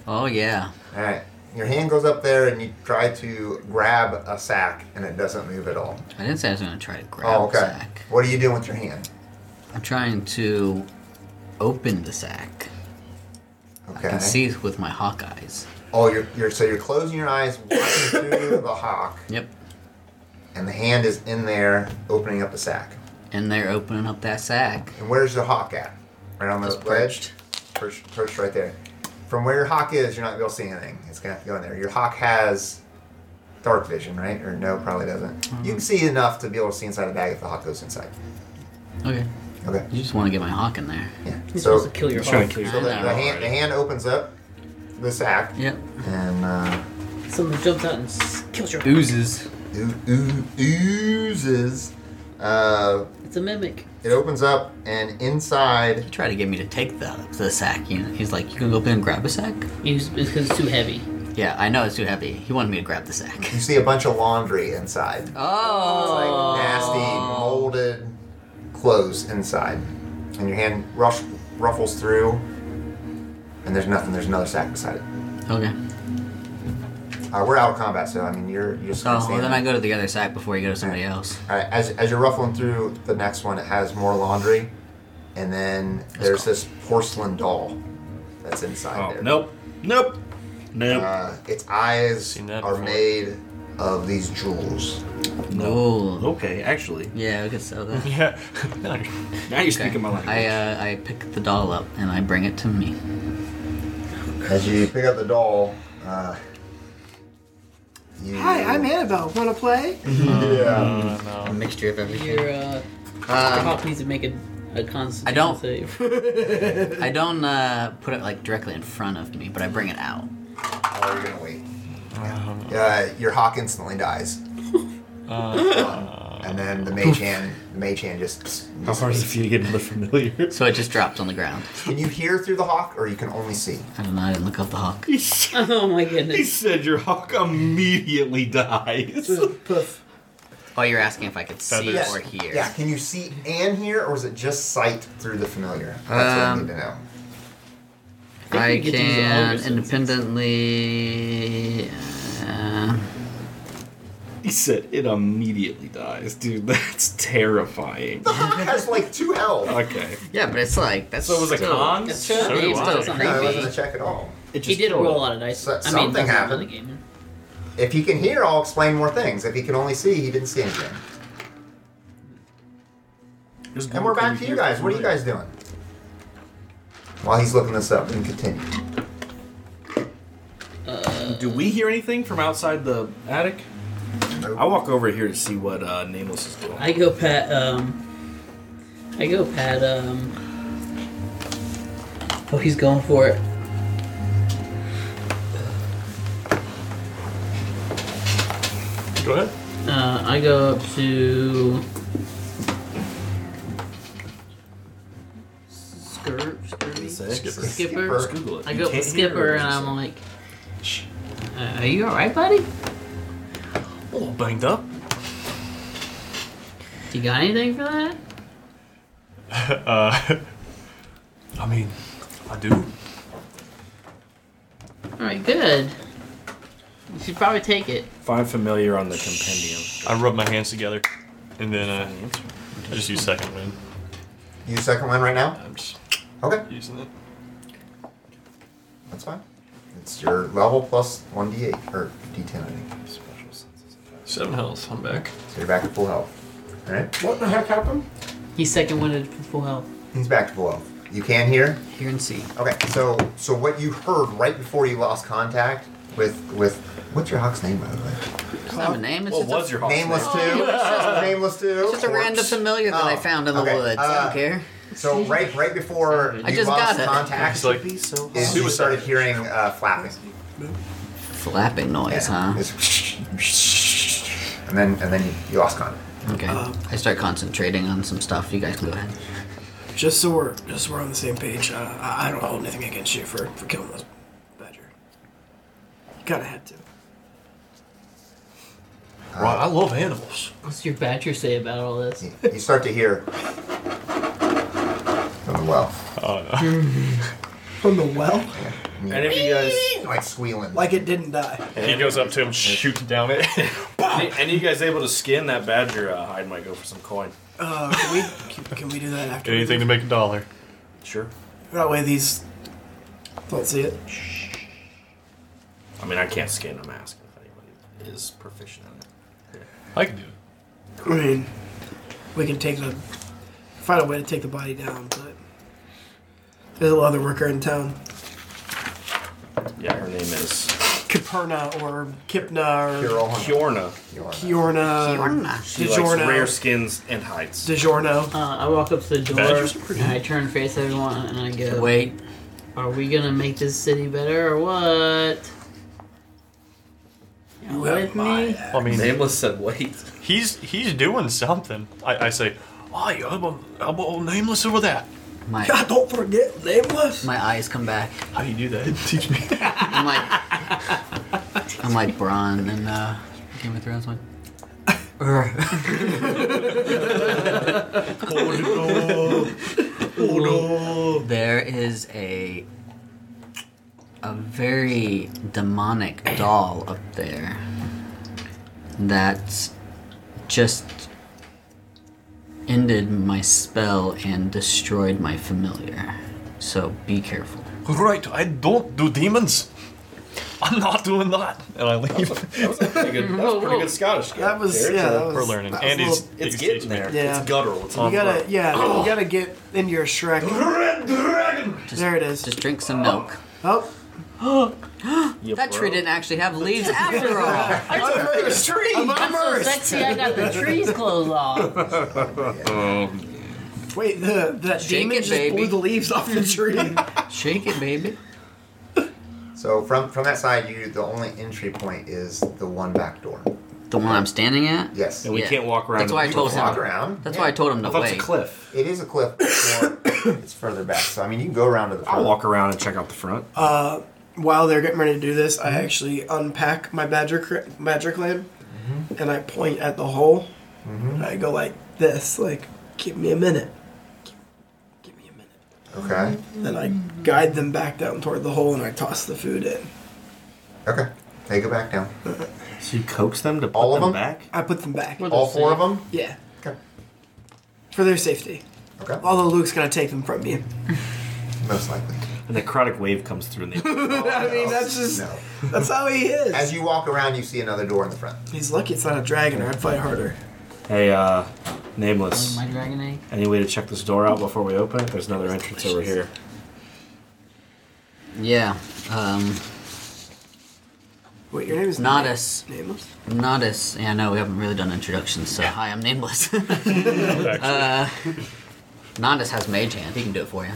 Oh, yeah. All right. Your hand goes up there and you try to grab a sack and it doesn't move at all. I didn't say I was going to try to grab Oh, okay. the sack. What are you doing with your hand? I'm trying to open the sack. Okay. I can see with my hawk eyes. Oh, you're, you're so you're closing your eyes, watching through the hawk, Yep. and the hand is in there, opening up the sack. And they're opening up that sack. And where's the hawk at? Right on the Just ledge? Perched, perched right there. From where your hawk is, you're not going to be able to see anything. It's going to have to go in there. Your hawk has dark vision, right? Or no, probably doesn't. Mm-hmm. You can see enough to be able to see inside the bag if the hawk goes inside. Okay. Okay. You just want to get my hawk in there. Yeah. He's So, supposed to kill your trying hawk. to kill so the, the, hand, the hand opens up the sack. Yep. And uh, Someone jumps out and s- kills your. Oozes. oo- oo- oozes. Uh, It's a mimic. it opens up, and inside He tried to get me to take the the sack. You know, he's like, "You can go up there and grab a sack." He's because it's too heavy. Yeah, I know it's too heavy. He wanted me to grab the sack. you see a bunch of laundry inside. Oh. nasty molded clothes inside. And your hand rush, ruffles through, and there's nothing. There's another sack beside it. Okay. Uh, we're out of combat, so I mean, you're you're just So gonna Oh, well, stand then there. I go to the other sack before you go to somebody else. All right, as, as you're ruffling through the next one, it has more laundry, and then there's this porcelain doll that's inside Oh, there. nope. Nope. Nope. Uh, its eyes Seen that are before. made of these jewels. No. okay, actually. Yeah, we could sell that. Yeah. Now you're speaking my language. I uh, I pick the doll up and I bring it to me. As you pick up the doll, uh, you, Hi, I'm Annabelle. Want to play? Yeah. A mixture of everything. Your uh, your Um, hawk needs to make a a constant. I don't- Save. I don't uh, put it like directly in front of me, but I bring it out. Oh, you're gonna wait. Uh, your hawk instantly dies. and then the mage hand, the mage hand just. How hard is it for you to get into the familiar? So it just drops on the ground. Can you hear through the hawk, or you can only see? I don't know. I didn't look up the hawk. Oh my he goodness. said your hawk immediately dies. Poof. Oh, you're asking if I could see Yes. or hear. Yeah. Can you see and hear, or is it just sight through the familiar? That's what I Um, need to know. I I think we get to use all can your senses. independently. Uh, He said it immediately dies. Dude, that's terrifying. The hawk has like two health. okay. yeah, but it's like that's So it was a still- con? That's true. So do it's still I. creepy. No, it wasn't a check at all. It He did killed roll it. out of dice. So- I mean, something that's happened. another game. If he can hear, I'll explain more things. If he can only see, he didn't see anything. There's And we're one back thing to you guys. What are you guys doing? While he's looking this up, we can continue. Do we hear anything from outside the attic? I walk over here to see what uh, Nameless is doing. I go pat. Um, I go pat. Um, oh, he's going for it. Go ahead. Uh, I go up to. Skir- Skirby? Skipper. Skipper. Just Google it. I You go up to can't hear Skipper it, and just I'm say. like, "Shh, uh, are you alright, buddy? A little Oh, banged up. Do you got anything for that? Uh, I mean, I do. Alright, good. You should probably take it. Find familiar on the compendium. I rub my hands together, and then uh, I just use second wind. You second one right now? I'm just Okay, using it. that's fine. It's your level plus 1d8, or d10, I think. Special senses. Seven health. I'm back. So you're back to full health. Alright? What the heck happened? He's second winded for full health. He's back to full health. You can hear? Hear and see. Okay, so so what you heard right before you lost contact with. with What's your hawk's name, by the way? It's not a name. It's What just a- was your hawk's Nameless name? 2? Oh, Nameless 2? It's just a random familiar that I Oh, found in the okay, woods. I uh, don't care. So right right before you I just lost got it. contact, It's like is you started hearing uh, flapping. Flapping noise, Yeah, huh? it's- And then and then you, you lost contact. Okay. I start concentrating on some stuff. You guys can go ahead. Just so we're just so we're on the same page. Uh, I, I don't hold anything against you for for killing this badger. You kind of had to. Right, I love animals. What's your badger say about all this? You start to hear from the well, From the well, And if you guys, like squealing. like it didn't die. He goes up to him, shoots down it. any, any of you guys able to skin that badger, uh, I might go for some coin. Uh, can we can, can we do that after? Anything to make a dollar. Sure. That way these Don't see it. I mean, I can't scan a mask if anybody is proficient in it. I can do it. I mean, we can take the find a way to take the body down, but there's a leather worker in town, Yeah, her name is Caperna or Kipna or You're all on Kiorna. Kiorna, She likes rare skins and hides. DiGiorno. Uh, I walk up to the door Badgers are and I turn face everyone and I go, Wait, Are we gonna make this city better or what? You with me? I mean, Nameless said, "Wait." he's he's doing something. I, I say, oh, you elbow, elbow nameless over there. my God, don't forget nameless. my eyes come back. How do you do that? Teach me. I'm like, I'm like Bronn and uh, Game of Thrones. Like, there is a a very demonic doll up there that's just ended my spell and destroyed my familiar. So be careful. Right, I don't do demons. I'm not doing that. And I leave. That was a pretty good, that was a pretty good Scottish. That was yeah. That was, We're learning. that was a Andy's little- It's he's getting teaching me. Um, there. Yeah. uh, It's guttural. Oh. It's you gotta yeah. You gotta get into your Shrek. Red dragon. There it is. Just drink some milk. Oh, That tree didn't actually have leaves after all. it's a tree. I'm so sexy, I got the trees clothes off. Wait, the that Shake demon it, just baby. blew the leaves off the tree. Shake it, baby. So from from that side, you the only entry point is the one back door. The one I'm standing at. Yes. And we Yeah. can't walk around. That's why I the- told Walk him. around. Oh, That's why I told him I to thought it's a wait. cliff. It is a cliff. but more- it's further back, so I mean you can go around to the. I'll Front. walk around and check out the front. While they're getting ready to do this, Mm-hmm. I actually unpack my badger cr- magic lamp Mm-hmm. and I point at the hole. And I go like this, like give me a minute. Give me a minute. Okay. Then I guide them back down toward the hole and I toss the food in. Okay. They go back down. so you coax them to put All of them? back? I put them back. Well, All They're four of safe. them. Yeah, Okay. for their safety. Okay. Although Luke's gonna take them from me. Most likely. A necrotic wave comes through and they. I mean, that's just No. that's how he is. As you walk around, you see another door in the front. He's lucky it's not a dragon, or I'd fight harder. hey, uh, nameless. Oh My dragon egg. Any way to check this door out before we open it? There's another entrance over here. Yeah. Um, Wait, your name is Nodus. Nameless. Nodus. Yeah, no, we haven't really done introductions, so hi, I'm Nameless. Nodus has Mage Hand. He can do it for you.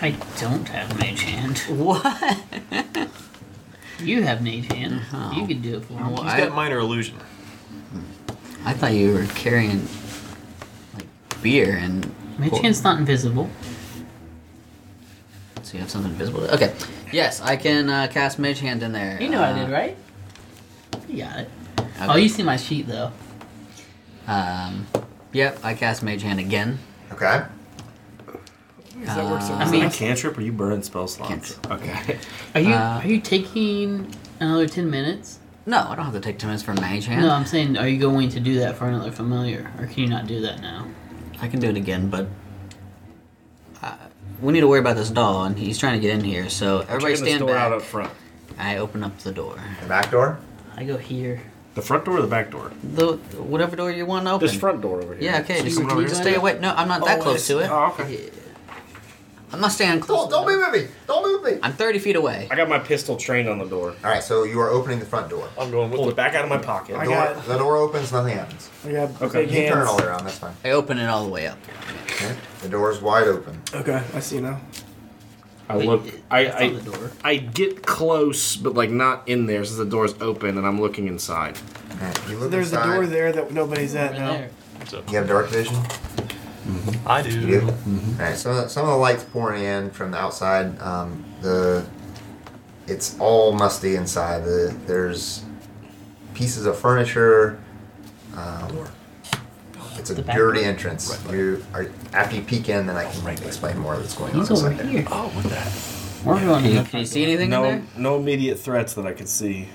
I don't have mage hand. What? You have mage hand. You could do it for me. Well, He's got I, minor illusion. I thought you were carrying like beer and. Mage hand's not invisible. So you have something visible. To, okay. Yes, I can uh, cast Mage Hand in there. You know I Uh, did, right? You got it. okay. Oh, you see my sheet though. Um, yep, I cast Mage Hand again. Okay. Does that work so I well? mean, A cantrip or you burn spell slots? Cantrip. Okay. are you uh, are you taking another ten minutes? No, I don't have to take ten minutes for Mage Hand. No, I'm saying, are you going to do that for another familiar, or can you not do that now? I can do it again, but uh, we need to worry about this doll, and he's trying to get in here. So everybody Checking this stand door out back. up front. I open up the door. The back door. I go here. The front door or the back door? The whatever door you want to open. This front door over here. Yeah, okay. See Just, someone over just here? stay away. No, I'm not that Oh, close to it. Oh, okay. I'm not staying close. Oh, don't to it. move me! Don't move me! I'm 30 feet away. I got my pistol trained on the door. All right. So you are opening the front door. I'm going Pulled with it back out of my pocket. I Door- got it. the door opens. Nothing happens. I got Okay. big You turn it hands. all around. That's fine. I open it all the way up. Okay. The door's wide open. Okay, I see now. I Wait, look. I that's on the I, door. I get close, but like not in there, since the door's open, and I'm looking inside. Okay. You look There's inside. a door there that nobody's at Over now. there. You have dark vision. the. I You do. do. All right. So some of the lights pouring in from the outside. Um, the it's all musty inside. The, there's pieces of furniture. Um, it's a The back dirty door. entrance. You are after you peek in, then I can explain more that's going He's on. over inside there. here. Oh, what the heck? We're going to Can you, the can you front see door. anything in No, there? no immediate threats that I could see.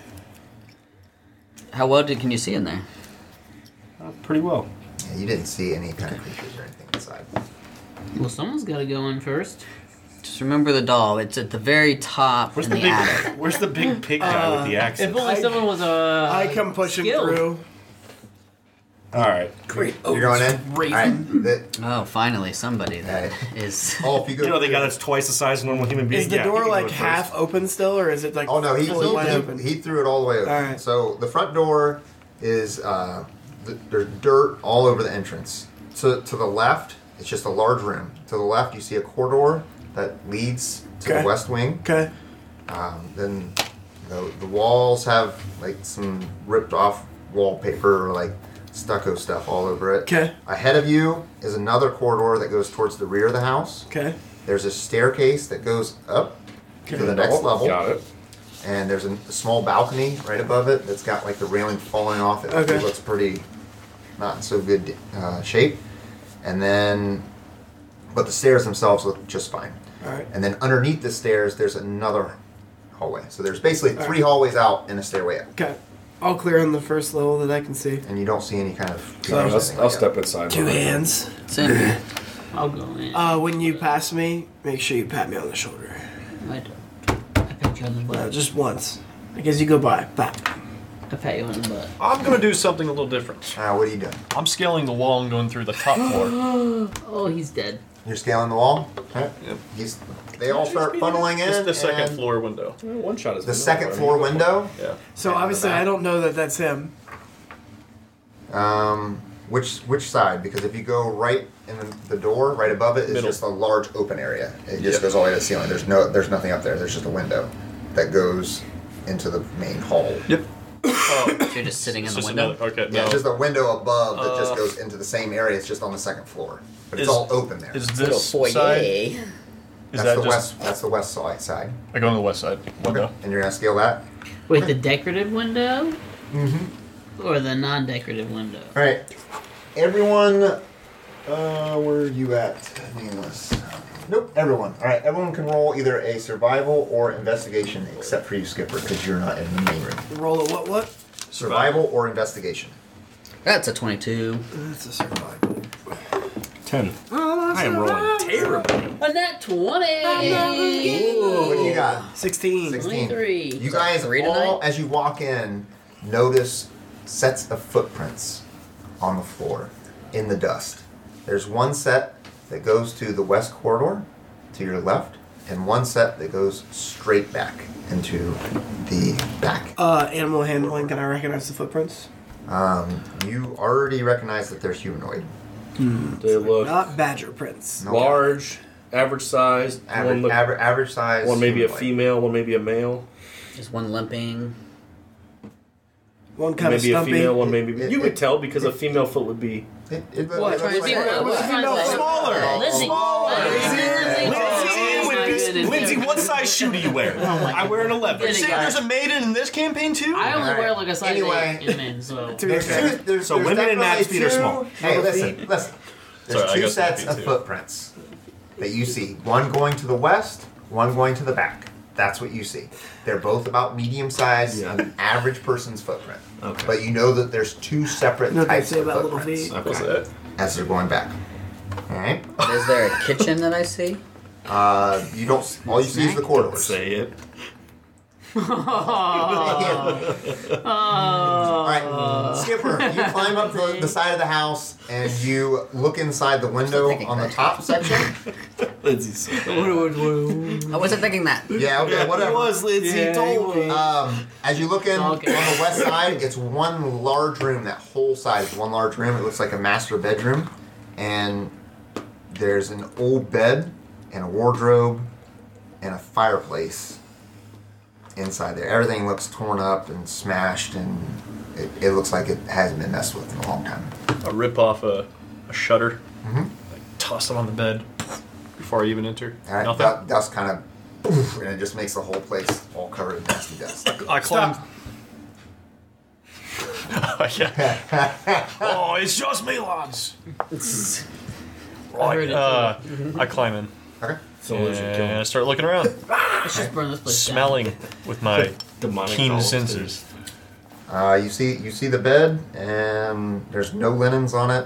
How well did, can you see in there? Uh, pretty well. Yeah, you didn't see any kind of creatures or anything inside. Well, someone's got to go in first. Just Just remember the doll. It's at the very top Where's in the the, attic. big Where's the big pig guy with the axe? If only someone was uh, I come pushing skilled. through. All right. Great. You're going in? All right. That- Oh, finally, somebody that is. oh, if you go. You know the through- guy that's twice the size of a normal human being. Is the Yeah, he door can go like first. half open still, or is it like Oh no, he fully wide threw, open? he, he threw it all the way open. All right. So the front door is uh, th- there's dirt all over the entrance. To to the left, it's just a large room. To the left, you see a corridor that leads to Okay. the west wing. okay. Um, then the, the walls have like some ripped off wallpaper or like stucco stuff all over it. 'Kay. Ahead of you is another corridor that goes towards the rear of the house. Okay. There's a staircase that goes up to the Okay. next level Oh, Got it. and there's a, a small balcony right above it that's got like the railing falling off. It Okay. looks pretty, not in so good uh, shape. And then, but the stairs themselves look just fine. All right. And then underneath the stairs, there's another hallway. So there's basically three hallways out and a stairway up. Okay. All clear on the first level that I can see. And you don't see any kind of. So I'll- anything like that. inside. Two hands. It's in. I'll go in. Uh, when you pass me, make sure you pat me on the shoulder. I don't. I pat you on the Uh, butt. just once. Like as you go by. Bap. I pat you on the butt. I'm gonna do something a little different. Uh, what are you doing? I'm scaling the wall and going through the top floor. Oh, he's dead. You're scaling the wall. Huh? Yep. He's, they all start funneling in. It's the second and floor window. One shot is The second floor window. Yeah. So obviously I don't know that that's him. Um, which which side? Because if you go right in the, the door, right above it is Middle. just a large open area. It just Yep. goes all the way to the ceiling. There's no there's nothing up there. There's just a window that goes into the main hall. Yep. Oh, You're just sitting in it's the just window. another. oh, Okay. Yeah, no. it's just a window above that Uh, just goes into the same area. It's just on the second floor, but it's is- all open there. Is That's this side? Is the that just? west. That's the west side side. I go on the west side window. And you're gonna scale that. Wait, the decorative window? Mm-hmm. Or the non-decorative window? All right, everyone. Uh, where are you at? Nameless. Nope, everyone. All right, everyone can roll either a survival or investigation, except for you, Skipper, because you're not in the main room. Roll a what what? Survival or investigation. That's a 22. That's a survival. Ten. I am rolling terribly. A nat 20! What do you got? Sixteen. 23. You guys Three all, tonight? as you walk in, notice sets of footprints on the floor in the dust. There's one set that goes to the west corridor to your left, and one set that goes straight back into the back. Uh, animal handling. Can I recognize the footprints? Um, you already recognize that they're humanoid. They look Not badger prints. No. large, average sized. Average, one look, aver- average size. one maybe a humanoid. female, one maybe a male, Just one limping. One kind maybe of a stumpy. female, one maybe. It- You it- would tell because a female foot would be. It, it, What? it looks Trying to like- see what it was. Lindsay. size shoe do you wear? Oh I wear an 11. You're saying there's a maiden in this campaign too? I only Alright. wear like a size Anyway. 8 in men, so. There's two, there's, So there's women in definitely Matt's feet are two- small. Hey, listen, listen. There's Sorry, I two guess that'd sets be of two. footprints that you see. One going to the west, one going to the back. That's what you see. They're both about medium size Yeah. and an average person's footprint. Okay. But you know that there's two separate Nothing to types say of about little footprints feet. What's that? as they're going back. All right. Is there a kitchen that I see? Uh, you don't. s- All you see is the corridors. Say it. All right, Skipper, you climb up the, the side of the house and you look inside the window thinking on the that. top section. Lindsay's I wasn't thinking that. Yeah, okay, whatever. Lindsay. Yeah, told me. Um, as you look in Okay. on the west side, it's one large room. That whole side is one large room. It looks like a master bedroom, and there's an old bed and a wardrobe and a fireplace inside there. Everything looks torn up and smashed, and it, it looks like it hasn't been messed with in a long time. I rip off a, a shutter, Mm-hmm. like, toss it on the bed before I even enter. All right, Nothing. that, that's kind of. Oof, and it just makes the whole place all covered in dusty dust. I climb. yeah. oh, it's just me, lads. heard Right. it, Uh, Mm-hmm. I climb in Okay. and I start looking around, Let's just burn this place down. smelling with my Demonic keen dolls, too. sensors. Uh, you see, you see the bed, and there's no linens on it,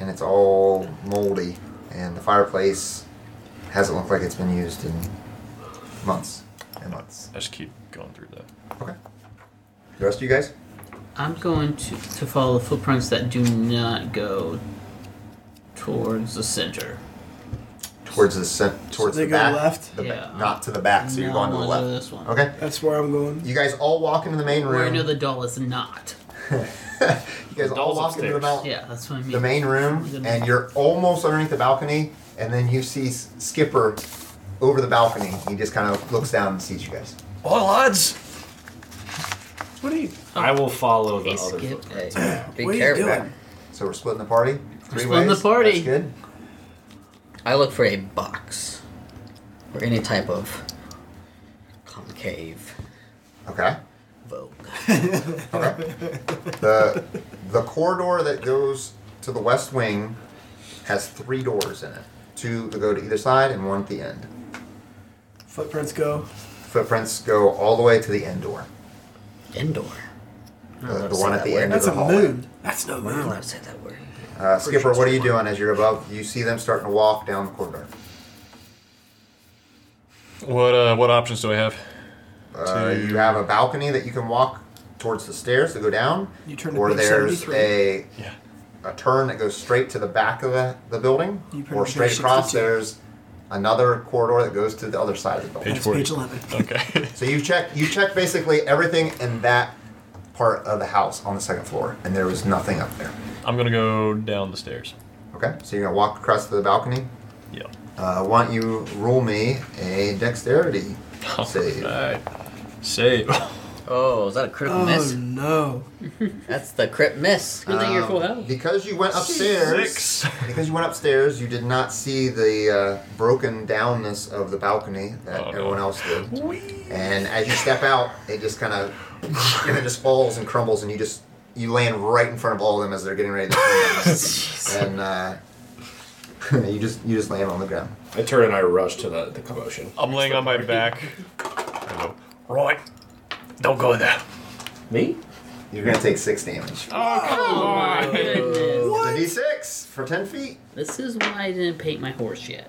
and it's all moldy. And the fireplace hasn't looked like it's been used in months and months. I just keep going through that. Okay. The rest of you guys? I'm going to, to follow the footprints that do not go towards the center. Towards the cent- towards they the go back. left? The ba- Yeah. not to the back, so you're No, going to I'm the going to left. this one. Okay. That's where I'm going. You guys all walk into the main Where I room. know the doll is not. you guys all doll's walk into the, upstairs. mount- Yeah, that's what I mean. the main room, The- and you're almost underneath the balcony, and then you see S- Skipper over the balcony. He just kind of looks down and sees you guys. All lads. What are you? I will follow the Hey, other Skip. footprints. Hey. Be What are you careful. doing? So we're splitting the party. Three splitting ways. the party. That's good. I look for a box or any type of concave Okay. vogue. The the corridor that goes to the west wing has three doors in it. Two that go to either side and one at the end. Footprints go. Footprints go all the way to the end door. Indoor. The, I'll the say one that at the word. end That's of a the hallway. moon. That's no We're not allowed moon. to say that word. Uh, Skipper, what are you doing as you're above? You see them starting to walk down the corridor. What uh, what options do I have? Uh, To- you have a balcony that you can walk towards the stairs to go down, You turn to or page there's 73. a Yeah. a turn that goes straight to the back of the, the building, You turn or to page straight across 62. there's another corridor that goes to the other side of the building. Page That's 40. page 11. Okay. So you check you check basically everything in that part of the house on the second floor, and there was nothing up there. I'm gonna go down the stairs. Okay, so you're gonna walk across to the balcony. Yeah. Uh, why don't you roll me a dexterity save? Alright. Save. Oh, is that a critical Oh miss? no. That's the crit miss. Good thing you're Um, full health. because you went upstairs. Six. Because you went upstairs, you did not see the uh, broken downness of the balcony that Oh, no. everyone else did. And as you step out, it just kind of and it just falls and crumbles, and you just you land right in front of all of them as they're getting ready to. and uh, you just you just land on the ground. I turn and I rush to the, the commotion. I'm laying on my back. I go, Roy, don't go there. Me? You're gonna take six damage. Oh, my goodness. The d6 for ten feet. This is why I didn't paint my horse yet.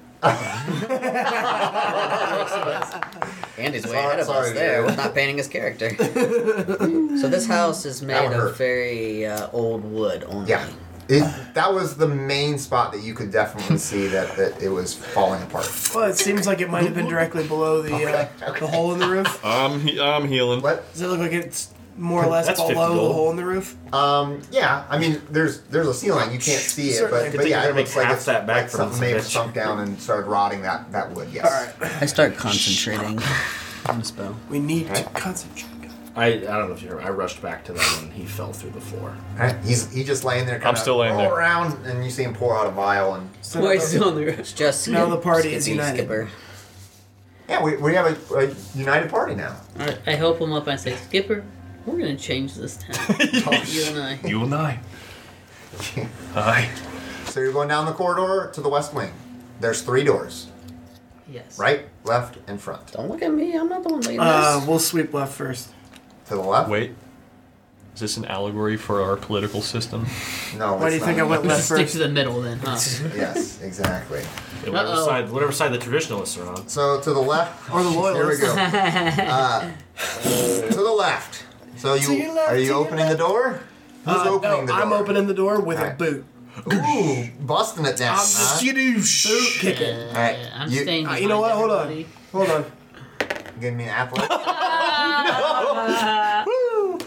Andy's way Sorry- ahead of sorry, us there dude. with not painting his character. so this house is made That of would hurt. very uh, old wood only. Yeah. It, that was the main spot that you could definitely see that, that it was falling apart. Well, it seems like it might have been directly below the uh, the hole in the roof. I'm he- I'm healing. What? Does it look like it's more or less That's below 50 the gold. hole in the roof? Um, yeah, I mean, there's there's a ceiling. You can't see it, Certainly. but, Good but thing yeah, you it make looks like half it's, that back like from something some may have bitch. sunk down and started rotting that, that wood, yes. I start concentrating on the spell. We need to concentrate. I, I don't know if you heard. I rushed back to them and he fell through the floor. Alright, He's, he just laying there, kind of still laying there. around, and you see him pour out a vial. And So Why is it on the It's just Now the party Skippy is united. Skipper. yeah, we, we have a, a united party now. Alright, I help him up. I say, Skipper, we're gonna change this town. you and I. You and I. Hi. So you're going down the corridor to the west wing. There's three doors: Yes. right, left, and front. To Don't look at me. I'm not the one making Uh, this. we'll sweep left first. the left. Wait. Is this an allegory for our political system? No. Why it's do you think I not. went Let's left stick to first? the middle then, huh? Yes, exactly. Yeah, Whatever Uh-oh. side, whatever side the traditionalists are on. So to the left Or the There we loyalists. go. Uh, to the left. So you your left, are to you your opening the door? Who's Uh, opening no, the door? I'm opening the door with a Alright. boot. Ooh, busting it down. huh? Boot kicking. Uh, Alright, I'm you- staying. Uh, you know what? behind Hold on. everybody. Hold on. Give me an apple.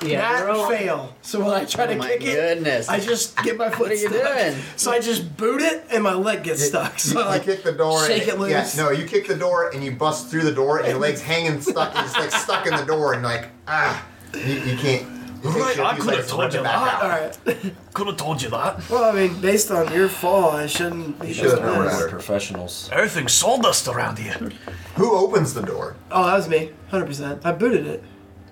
Yeah, That we're all- fail. So when I try to oh my kick it, goodness. I just get my foot what are you stuck. doing? So I just boot it and my leg gets stuck. So you, I like kick the door. shake and, it loose. Yeah, no, you kick the door and you bust through the door and your legs hanging stuck. It's like stuck in the door and like ah, you, you can't. You Right, I coulda told you that. All right. Could have told you that. Well, I mean, based on your fall, I shouldn't. You should've shouldn't known miss. better. professionals. Everything's sawdust around here. Who opens the door? Oh, that was me. Hundred percent. I booted it.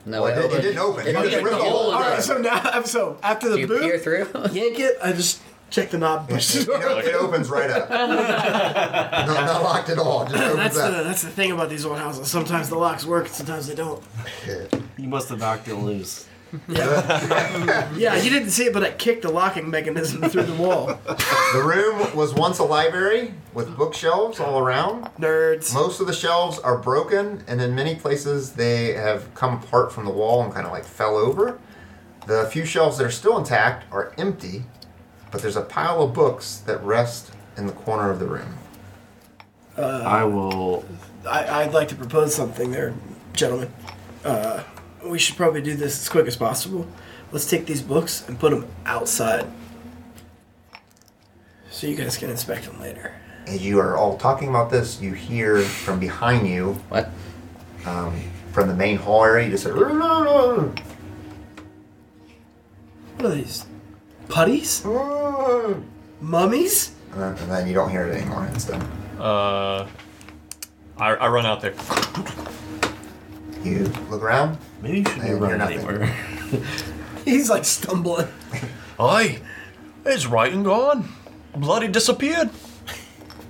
No, Well, I it, did- it opened- didn't open. It You didn't just open ripped the the hole whole in All the- door. right. So now, I'm so after the Do you boot, peer through? yank it. I just check the knob. Push the You door. know, it opens right up. not, not locked at all. Just opens That's up. the that's the thing about these old houses. Sometimes the locks work, sometimes they don't. You must have knocked it loose. Yeah, you didn't see it, but I kicked the locking mechanism through the wall. The room was once a library with bookshelves all around. Nerds. Most of the shelves are broken, and in many places they have come apart from the wall and kind of like fell over. The few shelves that are still intact are empty, but there's a pile of books that rest in the corner of the room. I will. I, I'd like to propose something there, gentlemen. Uh, we should probably do this as quick as possible. Let's take these books and put them outside. So you guys can inspect them later. As you are all talking about this, you hear from behind you, What? from the main hall area, you just heard, What are these? Putties? and Mummies? then- and then you don't hear it anymore. It's done. Uh, I, I run out there. You look around, Maybe you should Hey, be you're running nothing. anywhere. He's like stumbling. Aye, it's right and gone. Bloody disappeared.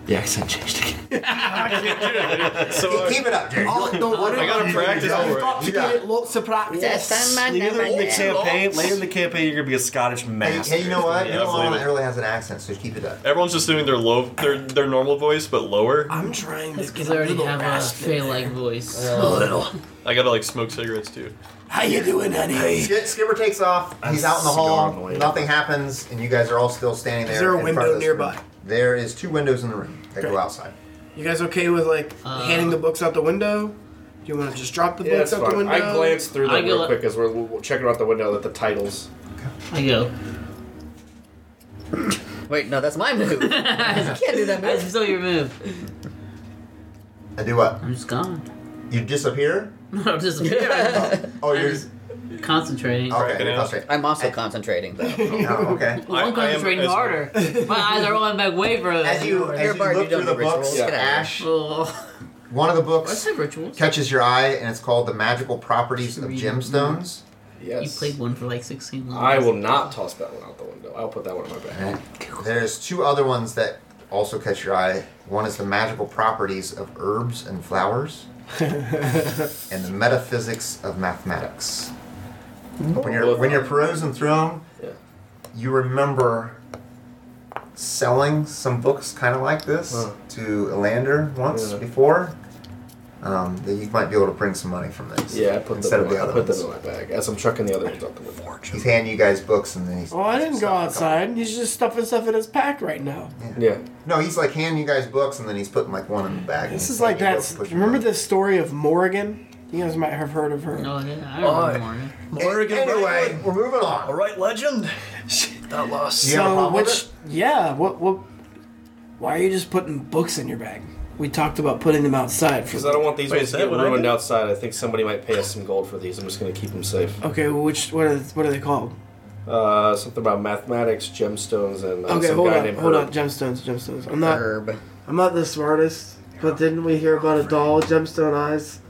The accent changed again. So I, keep it up, Jerry. Oh, no, what I gotta practice over it. to get it lots of practice. Later in the uh, campaign, later in the campaign, you're gonna be a Scottish Hey, master. hey, you know what? Yeah, no I believe one it. really has an accent, so keep it up. Everyone's just doing their low, their their normal voice, but lower. I'm trying to Because get I a already little have a rasp in there. fey-like voice. A little. I gotta like smoke cigarettes too. How you doing, honey? Skip, Skipper takes off. He's out in the gone hall. away. Nothing happens, and you guys are all still standing there. Is there a in front window of this nearby? room. There is two windows in the room that go Great. outside. You guys okay with like Uh, handing the books out the window? Do you want to just drop the Yeah, books it's out the fine. window? I glanced through I them go real look- quick as we're, we're checking out the window at the titles. I go. Wait, no, that's my move. you can't do that That's move. still your move. I do what? I'm just gone. You disappear? I'm just Oh, you're just- concentrating. okay. Cracking you're out. concentrating. I'm also concentrating though. Oh, okay. Well, I'm I- I am concentrating as- harder. My eyes are rolling back way further. As you as you Barb, you look don't through the do rituals. books, Get out of here. Ash, Oh, one of the I books said rituals. catches your eye, and it's called "The Magical Properties of Gemstones." You Yes. played one for like 16 levels. I will not toss that one out the window. I'll put that one in my bag. Alright. There's two other ones that also catch your eye. One is the magical properties of herbs and flowers, and the metaphysics of mathematics. When you're when you're perusing through them, Yeah. you remember selling some books kind of like this to Elander once Yeah. before. Um, that you might be able to bring some money from this. Yeah, I put instead them of in, the my- I other put ones. them in my bag as I'm chucking the other ones out the window. He's handing you guys books, and then he's. Oh, I didn't go stuffing a couple- outside. He's just stuffing stuff in his pack right now. Yeah. No, he's like handing you guys books, and then he's putting like one in the bag. This is like that. Remember the story of Morrigan? You guys might have heard of her. No, I I remember Morgan. Oregon, Anyway, we're moving All on. right, legend. That lost. You have a So problem with which? Yeah. What? What? Why are you just putting books in your bag? We talked about putting them outside for. Because I don't want these Wait, ones is to that get what I ruined did? outside. I think somebody might pay us some gold for these. I'm just going to keep them safe. Okay. Well, which? What are? What are they called? Uh, something about mathematics, gemstones, and uh, Okay. some Hold guy on. named Hold Herb. on. Gemstones. Gemstones. I'm not. Herb. I'm not the smartest. But didn't we hear about a doll with gemstone eyes?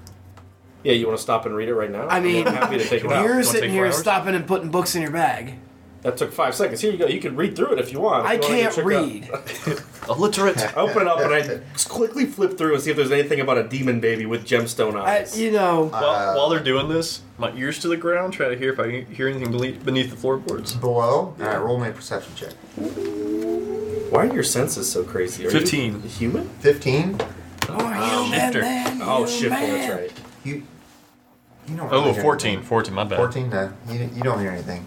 Yeah, you want to stop and read it right now? I mean, I'm happy to take it You're out. take sitting four here hours? stopping and putting books in your bag. That took five seconds. Here you go. You can read through it if you want. If I you want, can can't check it out. read. Illiterate. I open it up and I just quickly flip through and see if there's anything about a demon baby with gemstone I, eyes. you know. Uh, While, while they're doing this, my ears to the ground, try to hear if I hear anything bele- beneath the floorboards. Below. All right, roll me a perception check. Why are your senses so crazy? Are 15. You human? Fifteen. Oh, you shifter. man, man, Oh, you shit, man. that's right. You. You don't. really Oh, hear 14. anything. 14, my bad. Fourteen. No, you, you don't hear anything.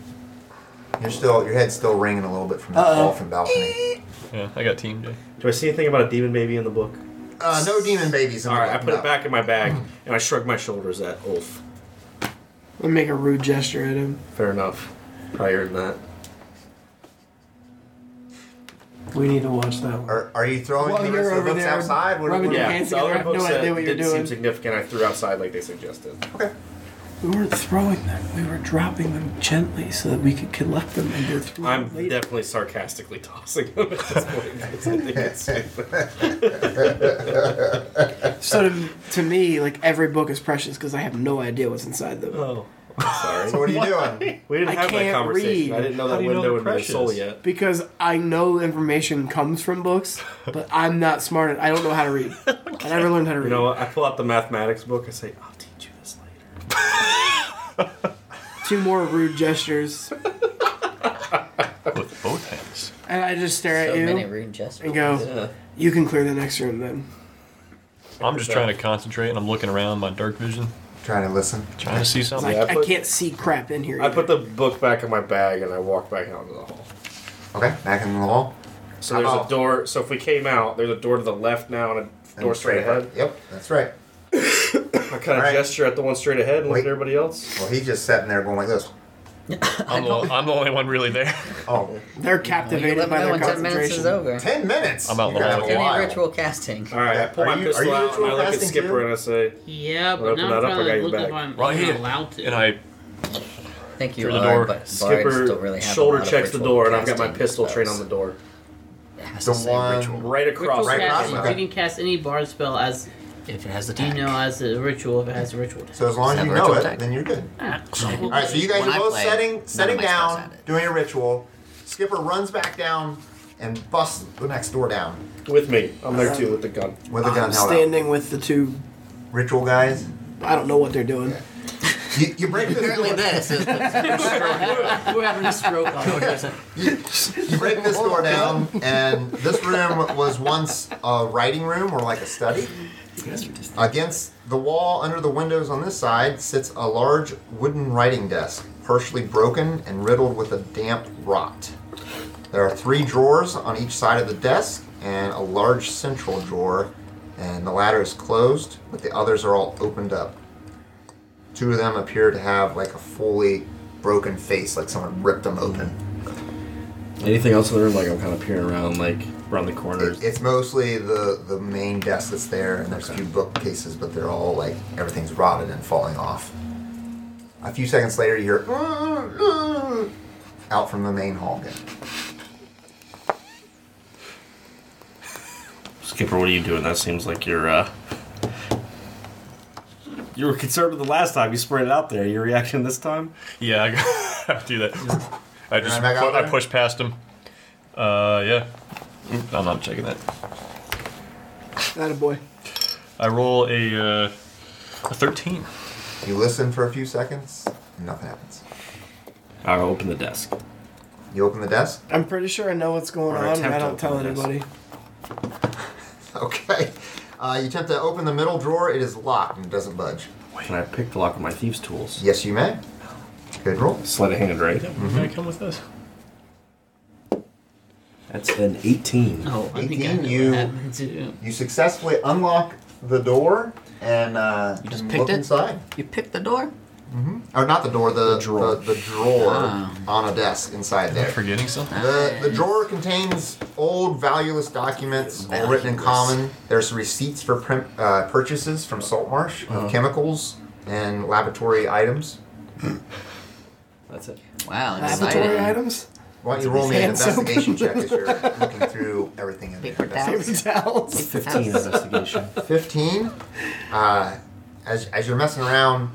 You're still. Your head's still ringing a little bit from the Uh-oh. fall from balcony. Yeah, I got team day. Do I see anything about a demon baby in the book? Uh, no demon babies. In All the right, I book, put no. it back in my bag and I shrug my shoulders at Ulf. Let me make a rude gesture at him. Fair enough. Probably earned that. We need to watch that one. Are, are you throwing While the you're rest of over the books there outside? What, rubbing what- your Yeah, hands the other together, I have books no that idea what you're didn't doing. seem significant. I threw outside like they suggested. Okay. We weren't throwing them. We were dropping them gently so that we could collect them and go through I'm them later. definitely sarcastically tossing them at this point. guys. I think it's stupid. So to, to me, like every book is precious because I have no idea what's inside them. Oh, I'm So sorry. what are you doing? We didn't I have that can't read. conversation. I didn't know How that do you know window the in my precious? soul yet. Because I know information comes from books, but I'm not smart. I don't know how to read. I never learned how to read. You know, what? I pull out the mathematics book. I say, "I'll teach you this later." two more rude gestures, With both hands. and I just stare So at you many rude gestures. and go, "You can clear the next room then." I'm just trying to concentrate and I'm looking around my dark vision, Trying to listen. trying to see something. Yeah, I I put- can't see crap in here. I put the book back in my bag and I walk back out into the hall. Okay, back in the hall. So there's Oh. a door. So if we came out, there's a door to the left now and a And door straight ahead. Yep, that's right. I kind of Alright. gesture at the one straight ahead and look Wait. at everybody else. Well, he's just sitting there going like this. I'm, the, I'm the only one really there. Oh, They're Well, you captivated let me by know their when ten minutes is concentration. over. 10 minutes. I'm out You got long. a Any while. ritual casting. All right, I pull Are my you- are pistol you out and I ritual look at casting, Skipper dude? and I say, Yeah, Well, but open now that I'm up, I trying got to you look back. if I'm Right even here. allowed to. And I I think you Through the are, door. but bards Skipper don't really have shoulder a lot of checks the ritual door and I've got my casting pistol trained on spells. the door. It has The to say one- ritual. Right ritual across. Right casting. across, okay. You can cast any bard spell as If it has the you tag. know as a ritual if it has a ritual. So as long as Have you a know ritual it, attack. then you're good. Ah, All right, so you guys When are I both play, none setting of setting my spells down, had it. doing a ritual. Skipper runs back down and busts the next door down With me. I'm there too with the gun. with a gun I'm held out. standing with the two. Ritual guys, I don't know what they're doing. you, you break this Apparently door. this is We're having a stroke. You break this door down, and this room was once a writing room or like a study. Against the wall under the windows on this side sits a large wooden writing desk, partially broken and riddled with a damp rot. There are three drawers on each side of the desk and a large central drawer, and the latter is closed, but the others are all opened up. Two of them appear to have like a fully broken face, like someone ripped them open. Anything else in the room? Like I'm kind of peering around, like around the corners. It, it's mostly the the main desk that's there, and there's a few bookcases, but they're all like everything's rotted and falling off. A few seconds later, you hear "Mm, mm," out from the main hall again. Skipper, what are you doing? That seems like you're. uh... You were concerned with the last time. You sprayed it out there. Your reaction this time? yeah, I gotta do that. I just Right back out pu- I there? push past him. Uh, yeah. Mm, I'm not checking that. That a boy. I roll a, uh, a 13. You listen for a few seconds, and nothing happens. I open the desk. You open the desk. I'm pretty sure I know what's going Or on, but attempt I to don't tell open this. anybody. Okay. Uh, you attempt to open the middle drawer. It is locked and it doesn't budge. Can I pick the lock of my thieves' tools? Yes, you may. Good roll. Sleight of hand, right? Can I come with us? That's an 18. Oh, I think I 18, know you- what happened to. You successfully unlock the door and uh, You just and picked look it? inside. You picked the door? Or not the door, the the drawer, drawer. the, drawer Ah. on a desk inside there. Forgetting something? The, the drawer contains old valueless documents, all written in common. There's receipts for prim, uh, purchases from Saltmarsh of chemicals and laboratory items. That's it. Wow, Laboratory exciting. items. Why don't you roll me an Hand soap. investigation check as you're looking through everything in Paper there? towels. Paper towels. 15 investigation. Fifteen. Uh, as as you're messing around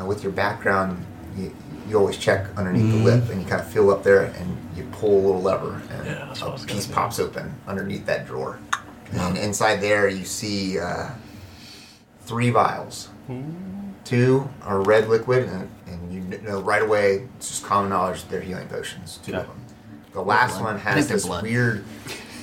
uh, with your background, you, you always check underneath the lip, and you kind of feel up there, and you pull a little lever, and Yeah, that's what I was a gonna piece do. pops open underneath that drawer. And inside there, you see uh, three vials. Two are red liquid, and, and you kn- know right away. It's just common knowledge that they're healing potions. Two of Okay. them. The last Blood. one I think has they're this blood. weird,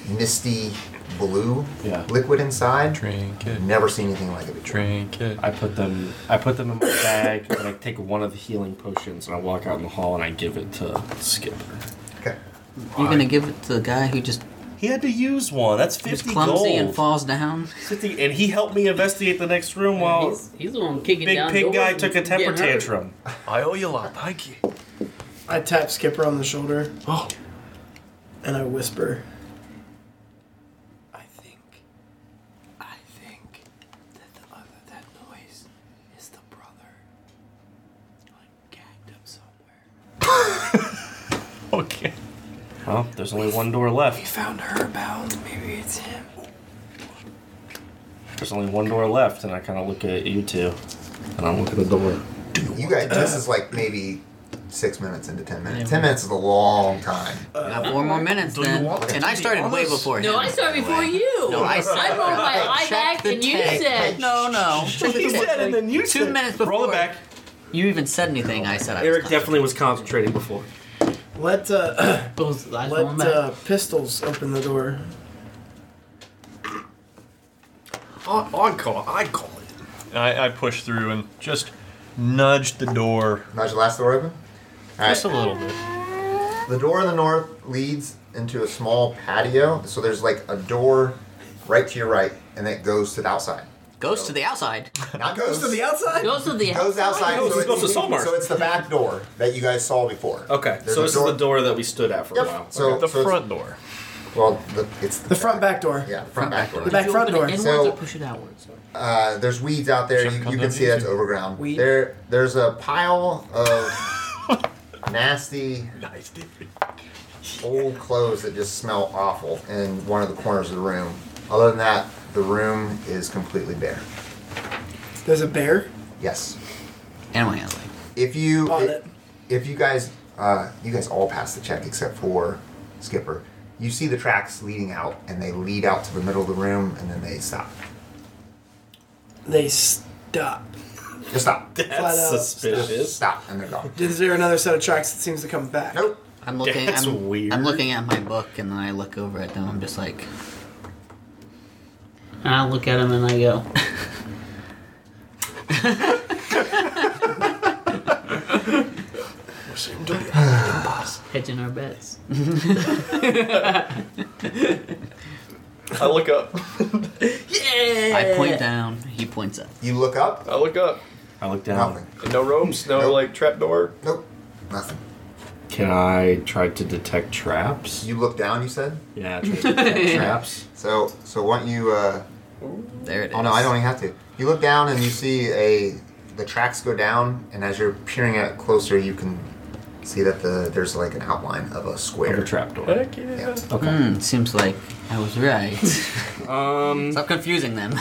misty blue Yeah. liquid inside. Drink it. Never seen anything like it before. Drink it. I put them. I put them in my bag, and I take one of the healing potions, and I walk out in the hall, and I give it to Skipper. Okay. You're gonna give it to the guy who just He had to use one. That's who's fifty clumsy gold. and falls down. 50, and he helped me investigate the next room Oh, while He's, he's the one kicking Big down Pig doors guy and took a temper getting hurt. tantrum. I owe you a lot. Thank you. I tap Skipper on the shoulder Oh. and I whisper. I think. I think that the other that noise is the brother. Like gagged up somewhere. Okay. Well, there's only one door He left. found her bound. Maybe it's him. There's only one door left, and I kind of look at you two, and I'm looking at the door. You guys, this is like maybe six minutes into ten minutes. Ten minutes is a long time. You got four more minutes then. And I started way before him. No, I started before you. No, I said- rolled my eye Check back the and you tape. said. No, no. Check the tape. and then you Two minutes before. Roll it back. You even said anything. I said I Eric was definitely was concentrating before. Let uh, Those eyes going let back. uh, pistols open the door. I- I'd call. I'd call it. And I, I pushed through and just nudged the door Nudge the last door open. All right. just a little bit. The door in the north leads into a small patio. So there's like a door right to your right, and it goes to the outside. Goes to the outside. Not goes to the outside. Goes to the goes outside. Goes- so it's- goes to Solmarsh. So it's the back door that you guys saw before. Okay, There's so a this door- is the door that we stood at for Yep. a while. So The so it's- front door. Well, the, it's The front back door. Yeah, the front back door. The back front door. Inwards So- or push it outwards. Uh, there's weeds out there. Should've You, come you down can see here, that's too. overgrown. Weed. There, there's a pile of nasty old clothes that just smell awful in one of the corners of the room. Other than that, the room is completely bare. There's a bear. Yes. Animal handling. If you Got if, it. if you guys uh, you guys all pass the check except for Skipper, you see the tracks leading out, and they lead out to the middle of the room, and then they stop. They stop. Just stop. Flat out. That's suspicious. Stop, and they're gone. Is there another set of tracks that seems to come back? Nope. I'm looking. That's I'm, weird. I'm looking at my book and then I look over at them. I'm just like, And I look at him and I go, hedging our bets. I look up. Yeah. I point down. He points up. You look up. I look up. I look down. Nothing. No ropes. No Nope. like trap door. Nope. Nothing. Can I try to detect traps? You look down. You said. Yeah, try to detect traps. So so why don't you? Uh, There it is. oh no, I don't even have to. You look down and you see a the tracks go down, and as you're peering at it closer, you can see that the there's like an outline of a square. Of a trapdoor. Heck yeah. Okay. Hmm, seems like I was right. Um, Stop confusing them.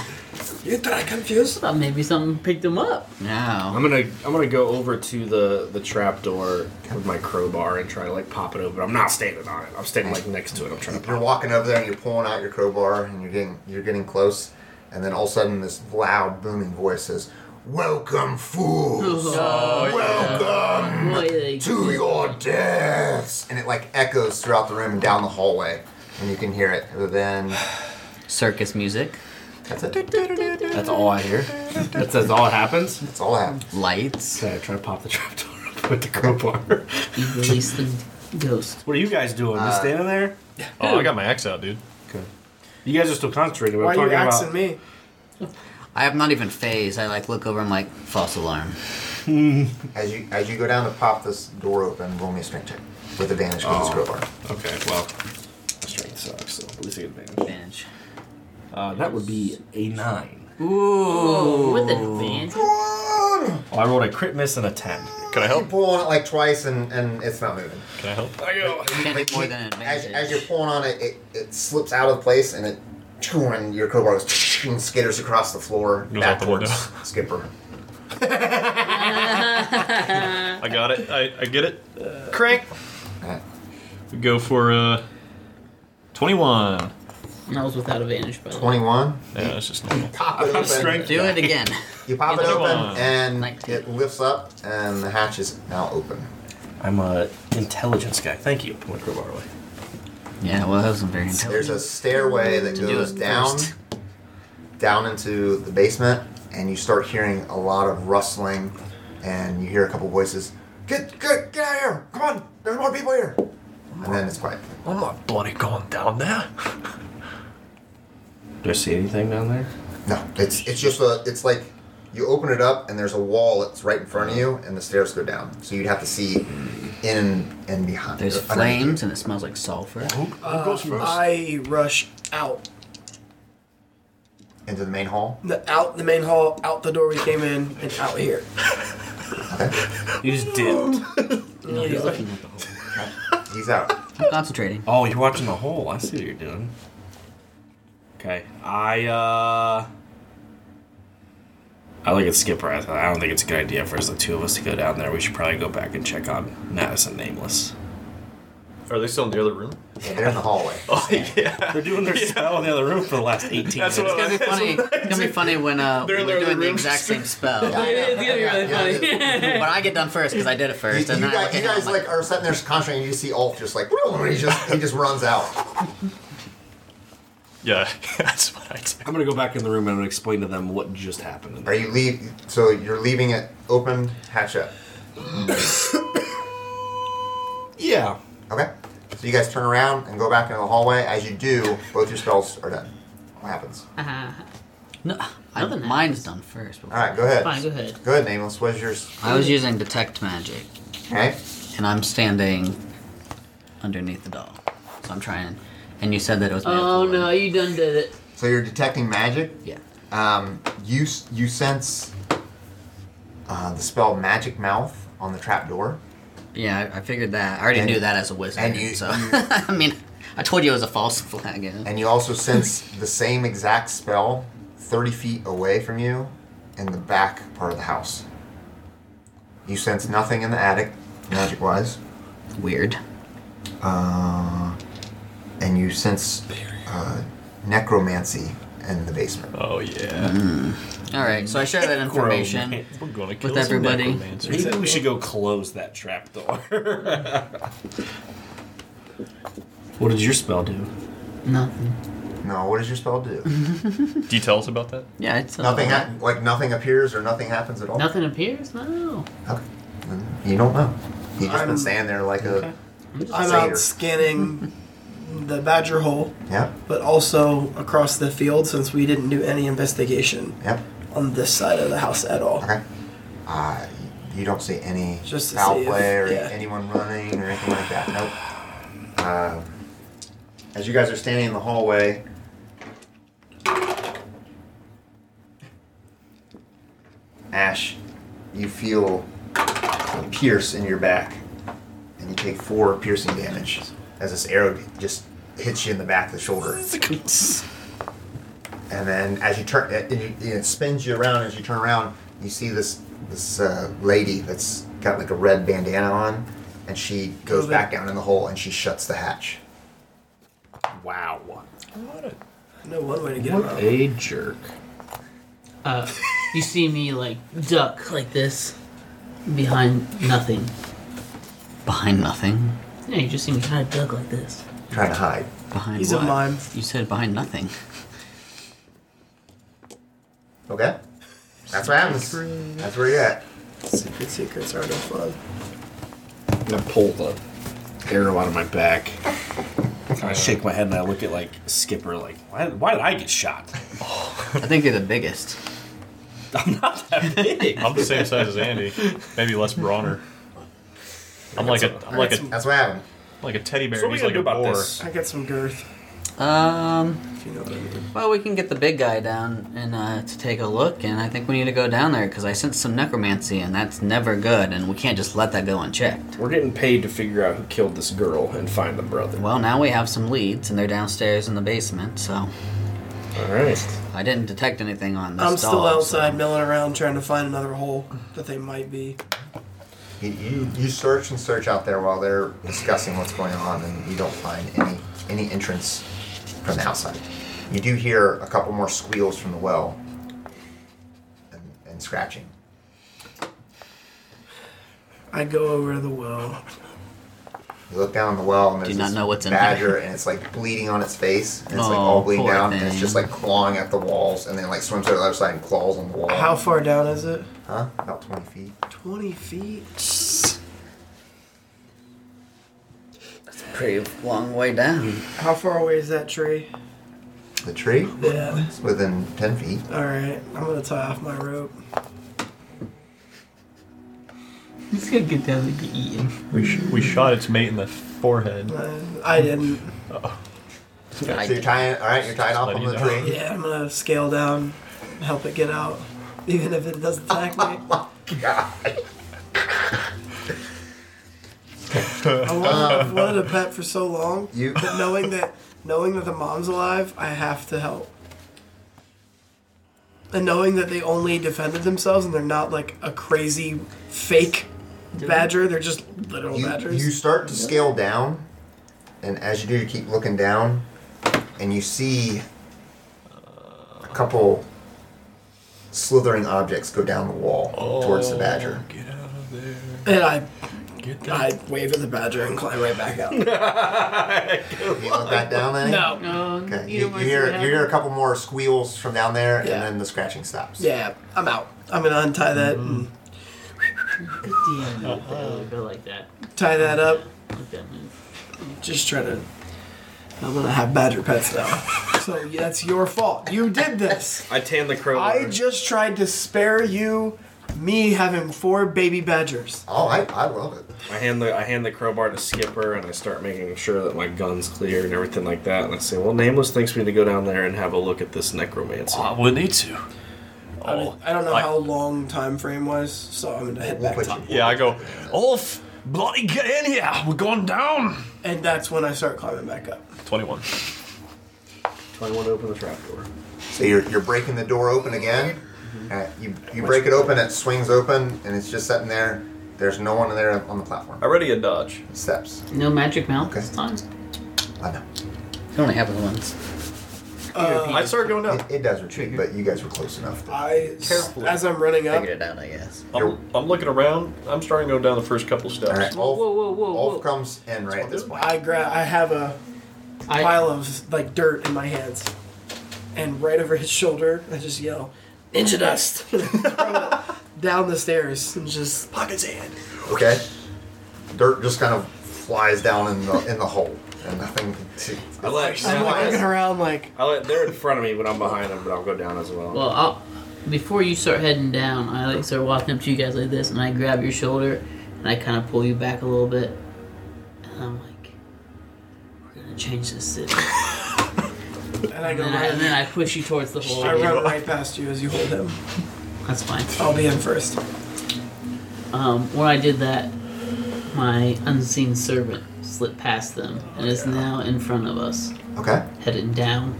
You thought I confused? Thought maybe something picked him up. No. I'm gonna I'm gonna go over to the the trapdoor with my crowbar and try to like pop it open. I'm not standing on it. I'm standing like next to it. I'm trying to You're pop. walking over there and you're pulling out your crowbar and you're getting you're getting close, and then all of a sudden this loud booming voice says, "Welcome, fools! Welcome Boy, they- Mm. to your deaths!" And it like echoes throughout the room and down the hallway, and you can hear it. But then Circus music, that's it. It. That's all I hear. That's, that's all that happens. That's all that happens. lights. Okay, I try to pop the trapdoor open with the crowbar. You release the ghost. what are you guys doing? Uh, Just standing there? Oh, I got my axe out, dude. Okay. You guys are still concentrating. We're Why are you talking axing me? about. I am not even phased. I like look over. I'm like false alarm. As you as you go down to pop this door open, roll me a strength check with advantage because Oh. it's crowbar. Okay. Well, strength sucks. So at least I get advantage. Bench. Uh, that would be a nine. Ooh. With advantage. Oh, I rolled a crit miss and a ten. Can I You help? pull on it like twice and, and it's not moving. Can I help? I go. Can't Like, take more you- than an as, advantage. as you're pulling on it, it, it slips out of place and it and your crowbar goes and skitters across the floor Goes back out the towards window. Skipper. I got it. I, I get it. Crank. Alright. We go for uh, 21. And I was without advantage, by the way. Twenty-one. Yeah, that's just normal. Pop it open. Do it again. You pop it Come open on. and Nineteen. it lifts up and the hatch is now open. I'm a intelligence guy. Thank you. Put my crowbar away. yeah. Well, that wasn't very There's intelligent. a stairway that do goes it down, first. down into the basement, and you start hearing a lot of rustling, and you hear a couple voices. Get, get, get out of here! Come on, there's more people here. And then it's quiet. I'm not bloody going down there. Do I see anything down there? No, it's it's just a, it's like you open it up, and there's a wall that's right in front of you, and the stairs go down. So you'd have to see in and behind. There's or underneath you. flames and it smells like sulfur. Uh, I rush out. into the main hall. The out the main hall, out the door we came in, and out here. You just dipped. No, he's looking at the hole. He's out. I'm concentrating. Oh, you're watching the hole. I see what you're doing. Okay. I uh I look at Skipper. I, I don't think it's a good idea for us the two of us to go down there. We should probably go back and check on Madison Nameless. Are they still in the other room? Yeah, they're in the hallway. Oh yeah. They're doing their spell in the other room for the last 18 That's minutes. what It's gonna be funny. It's gonna be funny when uh, They're in we're their doing the room. exact same spell. It's gonna be really funny. But I get done first because I did it You, first, you and then I guys, look you at him, guys I'm like are sitting there concentrating. You see Ulf just like he just he just runs out. Yeah, that's what I did. I'm going to go back in the room and I'm going to explain to them what just happened. Are you leave? So you're leaving it open, hatch up. Yeah. Okay. So you guys turn around and go back into the hallway. As you do, both your spells are done. What happens? No, I, nothing mine's done first. Before. All right, go ahead. Fine, go ahead. Go ahead, Nameless. What's yours? I was using detect magic, Okay. and I'm standing underneath the doll, so I'm trying. And you said that it was. made of Oh wood. no, you done did it. So you're detecting magic. Yeah. Um, you s- you sense uh, the spell Magic Mouth on the trap door. Yeah, I, I figured that. I already And- knew that as a wizard. and you- so you- I mean, I told you it was a false flag. Yeah. And you also sense the same exact spell 30 feet away from you in the back part of the house. You sense nothing in the attic, magic wise. Weird. Uh, and you sense uh, necromancy in the basement. Oh yeah. All right, so I share that information. We're gonna kill With some everybody. necromancers. Maybe we should go close that trap door. what did your spell do? Nothing. No, what does your spell do? Do you tell us about that? Yeah, it's uh, a- nothing, hap like nothing appears or nothing happens at all. Nothing appears. No. Okay. Mm-hmm. You don't know. You just been I'm- standing there like a I'm satyr. out scanning the badger hole, Yep. but also across the field since we didn't do any investigation Yep. on this side of the house at all. Okay. Uh, you don't see any Just to foul see if- play or yeah. anyone running or anything like that. Nope. Uh, as you guys are standing in the hallway, Ash, you feel a pierce in your back, and you take four piercing damage as this arrow just hits you in the back of the shoulder. And then as you turn, it, it, it spins you around. As you turn around, you see this this uh, lady that's got like a red bandana on, and she goes back down in the hole and she shuts the hatch. Wow. No one way to get him out. A jerk. Uh, you see me like duck like this behind nothing. behind nothing. Yeah, you just see me kind of duck like this. Trying to hide. Behind He's what? a mime. You said behind nothing. Okay, that's what happens. That's where you're at. Secret uh, secrets are no fun. I'm gonna pull the arrow out of my back. I shake my head and I look at like Skipper, like, why, why did I get shot? I think you're the biggest. I'm not that big. I'm the same size as Andy, maybe less brawner. I'm like a I'm like a That's what happened. like a teddy bear. So and what he's are we like gonna a do about boar. this? I got some girth, Um. if you know what I mean. Well, we can get the big guy down and uh, to take a look, and I think we need to go down there because I sense some necromancy, and that's never good, and we can't just let that go unchecked. We're getting paid to figure out who killed this girl and find the brother. Well, now we have some leads, and they're downstairs in the basement, so All right. I didn't detect anything on this I'm still doll, so- outside milling around trying to find another hole that they might be. You, you you search and search out there while they're discussing what's going on, and you don't find any any entrance from the outside. You do hear a couple more squeals from the well and, and scratching. I go over to the well. You look down in the well and there's Do not this know what's in badger there. and it's like bleeding on its face and it's like Oh, all bleeding poor down and it's just thing. like clawing at the walls and then like swims to the other side and claws on the wall. How far down is it? Huh? About 20 feet. 20 feet? Pretty long way down. How far away is that tree? The tree? Yeah. It's within 10 feet. Alright, I'm gonna tie off my rope. It's gonna get down and get eaten. We, sh- we shot its mate in the forehead. Uh, I didn't. So you're tying, all right, you're tied off let on you the know. tree. Yeah, I'm gonna scale down, help it get out, even if it doesn't attack me. Oh God. I wanted, I wanted a pet for so long, Um, You- but knowing that knowing that the mom's alive, I have to help. And knowing that they only defended themselves and they're not like a crazy fake badger, they're just literal You, badgers. you start to scale down and as you do, you keep looking down, and you see a couple slithering objects go down the wall towards the badger. And I, I wave at the badger and climb right back up. You look back down, Lenny? Oh, No. Oh, No, Okay. you You, don't you wanna see hear what you hear a happens. couple more squeals from down there, Yeah. and then the scratching stops. Yeah, I'm out. I'm gonna untie that Mm-hmm. and Good DM. Oh, I like that. tie that up. I like that move. Just try to. I'm gonna have badger pets now. so that's your fault. You did this. I tan the crow. I leather. just tried to spare you me having four baby badgers. Oh, I, I love it. I hand the I hand the crowbar to Skipper, and I start making sure that my gun's clear and everything like that. And I say, "Well, Nameless thinks we need to go down there and have a look at this necromancy." I would need to. I, mean, I don't know I- how long time frame was, so I'm gonna head We'll back put top. you- Yeah, I go, Ulf, bloody get in here. We're going down. And that's when I start climbing back up. 21. Twenty-one, open the trap door. So you're, you're breaking the door open again. Mm-hmm. Uh, you you break it open, it swings open, and it's just sitting there. There's no one in there on the platform. ready a dodge. Steps. No magic mouth Okay. this time. I know. It only happens once. Uh, I start going Oh. down. It, it does retreat, but you guys were close enough. I Carefully. as I'm running up. Figured it out, I guess. I'm, I'm looking around. I'm starting to go down the first couple steps. All right. Whoa, whoa, Ulf, whoa, Oh, whoa, whoa. Ulf comes in right at this point. I grab. I have a I- pile of like dirt in my hands, and right over his shoulder, I just yell, "Ninja dust!" down the stairs and just pockets in. Okay. Dirt just kind of flies down in the in the hole, and nothing. can see. I like. I'm like, looking around like I like. They're in front of me, but I'm behind them. But I'll go down as well. Well, I'll, before you start heading down, I like start walking up to you guys like this, and I grab your shoulder, and I kind of pull you back a little bit, and I'm like, "We're gonna change this city." and I go and, I, and right. then I push you towards the hole. I run right past you as you hold him. That's fine. I'll be in first. Um, when I did that, my unseen servant slipped past them and is now in front of us, Okay. heading down.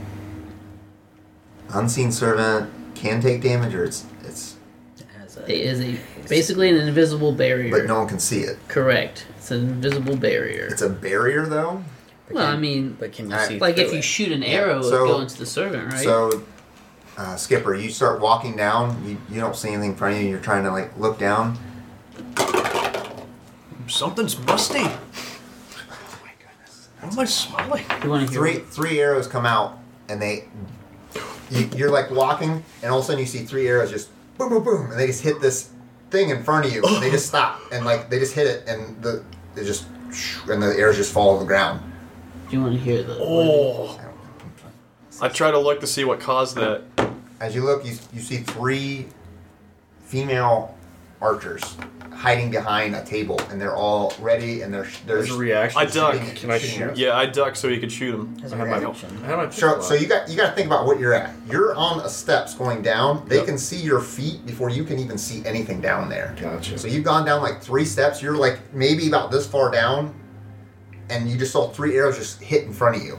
Unseen servant can take damage, or it's it's, As a- It is a basically an invisible but barrier. no one can see it. Correct. It's an invisible barrier. It's a barrier, though. Well, I mean, but can you Alright. see like through if you it? shoot an arrow, so- it'd go into the servant, right? So, uh, Skipper, you start walking down. You, you don't see anything in front of you. You're trying to like look down. Something's musty. What am I smelling? you want to hear? Three three arrows come out, and they you, you're like walking, and all of a sudden you see three arrows just boom boom boom, and they just hit this thing in front of you. and They just stop, and like they just hit it, and the they just and the arrows just fall to the ground. Do you want to hear the? Oh. I try to look to see what caused that. As you look, you, you see three female archers hhiding behind a table, and they're all ready, and they're there's There's a reaction. I duck. Can I shoot? Yeah, I duck so he could shoot him. As I a have my reaction. I have my Sure. pistol So out. you got you got to think about what you're at. You're on a steps going down. They Yep. can see your feet before you can even see anything down there. Gotcha. So you've gone down like three steps. You're like maybe about this far down, and you just saw three arrows just hit in front of you.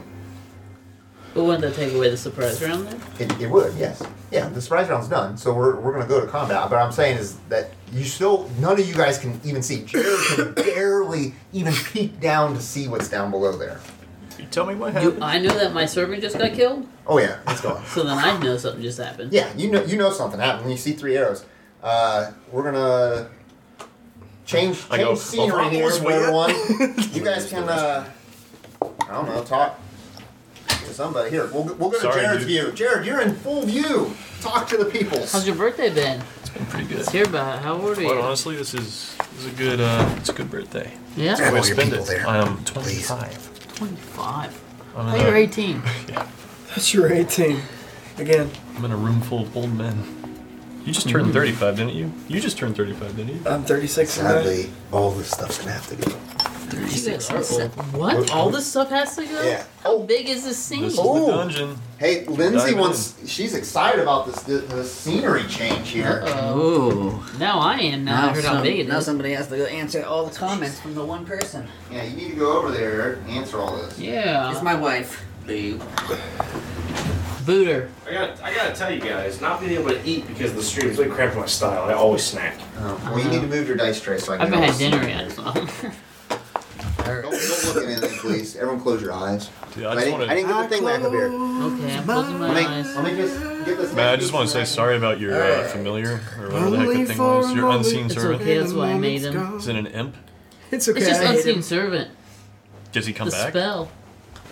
But wouldn't that take away the surprise round then? It, it would, yes. Yeah, the surprise round's done, so we're, we're gonna go to combat. But I'm saying is that you still none of you guys can even see. Jared can barely even peek down to see what's down below there. You tell me what Do happened. I know that my servant just got killed? Oh yeah, let's go. So then I know something just happened. Yeah, you know you know something happened. You see three arrows. Uh, we're gonna change I go, change scenery "Oh, that here, was weird." everyone. you guys can uh, I don't know talk to somebody here. We'll, we'll go to Sorry, Jared's dude. view. Jared, you're in full view. Talk to the people. How's your birthday been? Pretty good. Let's hear about it. How old are Quite you? honestly, this is this is a good uh, it's a good birthday. Yeah, all Way to your spend people it. there, I am please. 25. 25. I'm Oh, in, you're a, 18. That's your 18. Again. I'm in a room full of old men. Mm-hmm. You just turned 35, didn't you? You just turned 35, didn't you? I'm 36 now. Sadly, all this stuff's gonna have to go. You guys are old. What? All this stuff has to go? Yeah. How big is this scene? This is Ooh. the Oh. dungeon. Hey, Lindsay Dive wants. She's excited about this, this, this scenery change here. Uh, Ooh. now I am. Now I heard how some- big it now is. somebody has to go answer all the comments from the one person. Yeah, you need to go over there and answer all this. It's Yeah. my wife. Uh, Boo. Booter. I got. I gotta tell you guys, not being able to eat because of the stream is really cramping my style. I always snack. Oh, well, you need to move your dice tray so I I can. haven't had always see dinner it. yet. so- Don't, don't look at anything. please. Everyone close your eyes. Dude, I I, just didn't, wanna- I didn't get the thing back up here. Let Okay, I'm closing my me, eyes. let me just get this. Man, I just want to say sorry about your uh, Alright. familiar or whatever the heck Only that thing for was. a Your moment. unseen It's servant. okay, that's why I made him. Moments Is it an imp? It's okay. It's just I hate unseen him. servant. Does he come The back? spell.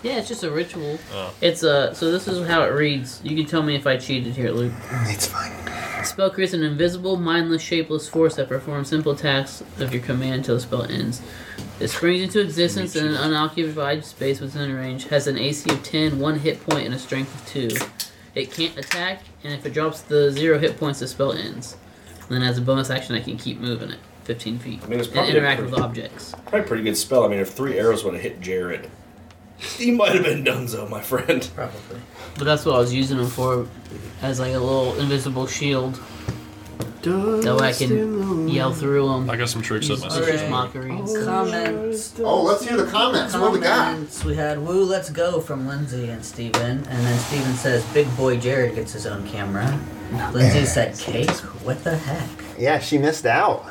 Yeah, it's just a ritual. Oh. It's a so this is how it reads. You can tell me if I cheated here, Luke. It's fine. Spell creates an invisible, mindless, shapeless force that performs simple tasks of your command until the spell ends. It springs into existence in an unoccupied space within range, has an AC of 10, one hit point, and a strength of 2. It can't attack, and if it drops the 0 hit points, the spell ends. And then as a bonus action, I can keep moving it 15 feet mean, it's and probably interact pretty- with objects. Probably a pretty good spell. I mean, if three arrows would have hit Jared, he might have been donezo, my friend. Probably. But that's what I was using them for, as like a little invisible shield. That way I can yell through them. I got some tricks up my It's sleeve. just mockeries. Comments. Oh, let's hear the comments. What do we got? Comments. We had woo, let's go from Lindsay and Steven. And then Steven says, big boy Jared gets his own camera. Lindsay said, cake? What the heck? Yeah, she missed out.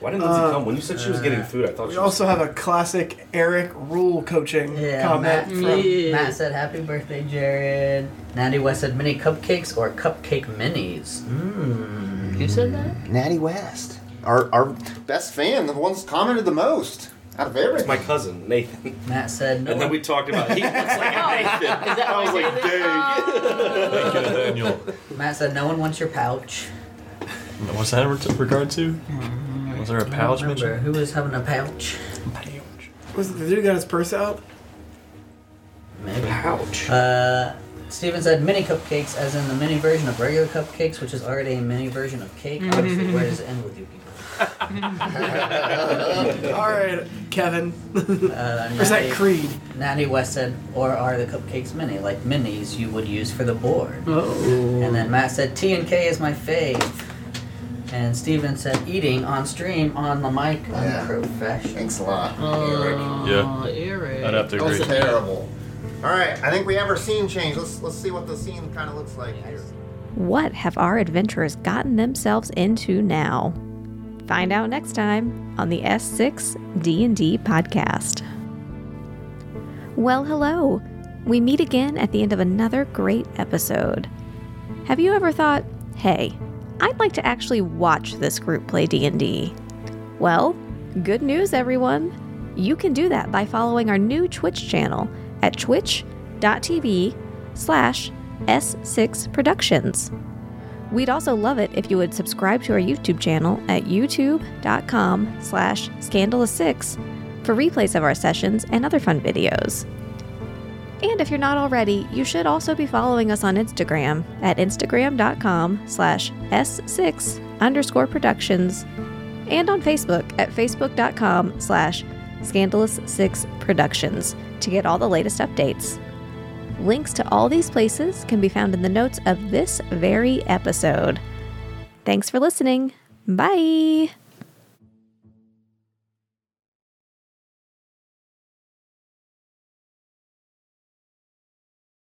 Why didn't Lindsay come? When you said she was getting food, I thought We she also was. have a classic Eric rule coaching Yeah, comment Matt, from Yeah. Matt said, happy birthday, Jared. Natty West said, mini cupcakes or cupcake minis? Mmm. Who said that? Natty West, our our best fan, the one's commented the most out of It's everyone. my cousin Nathan, Matt said, no. and then we talked about he looks like a Nathan. Is that I was why like, they did that? dang. Thank you, Nathaniel. Matt said, no one wants your pouch. Now, What's that in re- regard to? Was there a pouch Remember, mentioned? who was having a pouch? was it the dude got his purse out? Maybe. Ouch. Uh, Steven said mini cupcakes, as in the mini version of regular cupcakes, which is already a mini version of cake. Obviously, where does it end with you people? All right, Kevin. Uh, Or is that Natty, Creed? Natty West said, or are the cupcakes mini, like minis you would use for the board? Oh. And then Matt said, T and K is my fave. And Steven said, eating on stream, on the mic, Yeah. unprofessional. Thanks a lot. Uh, Yeah. Eric. I'd have to That was agree. terrible. All right, I think we have our scene change. Let's let's see what the scene kind of looks like here. What have our adventurers gotten themselves into now? Find out next time on the S6 D&D podcast. Well, hello. We meet again at the end of another great episode. Have you ever thought, "Hey, I'd like to actually watch this group play D&D?" Well, good news everyone. You can do that by following our new Twitch channel at twitch.tv slash S6 Productions. We'd also love it if you would subscribe to our YouTube channel at youtube.com slash scandalous6 for replays of our sessions and other fun videos. And if you're not already, you should also be following us on Instagram at instagram.com slash s6 underscore productions and on Facebook at facebook.com slash scandalous6 productions to get all the latest updates. Links to all these places can be found in the notes of this very episode. Thanks for listening. Bye.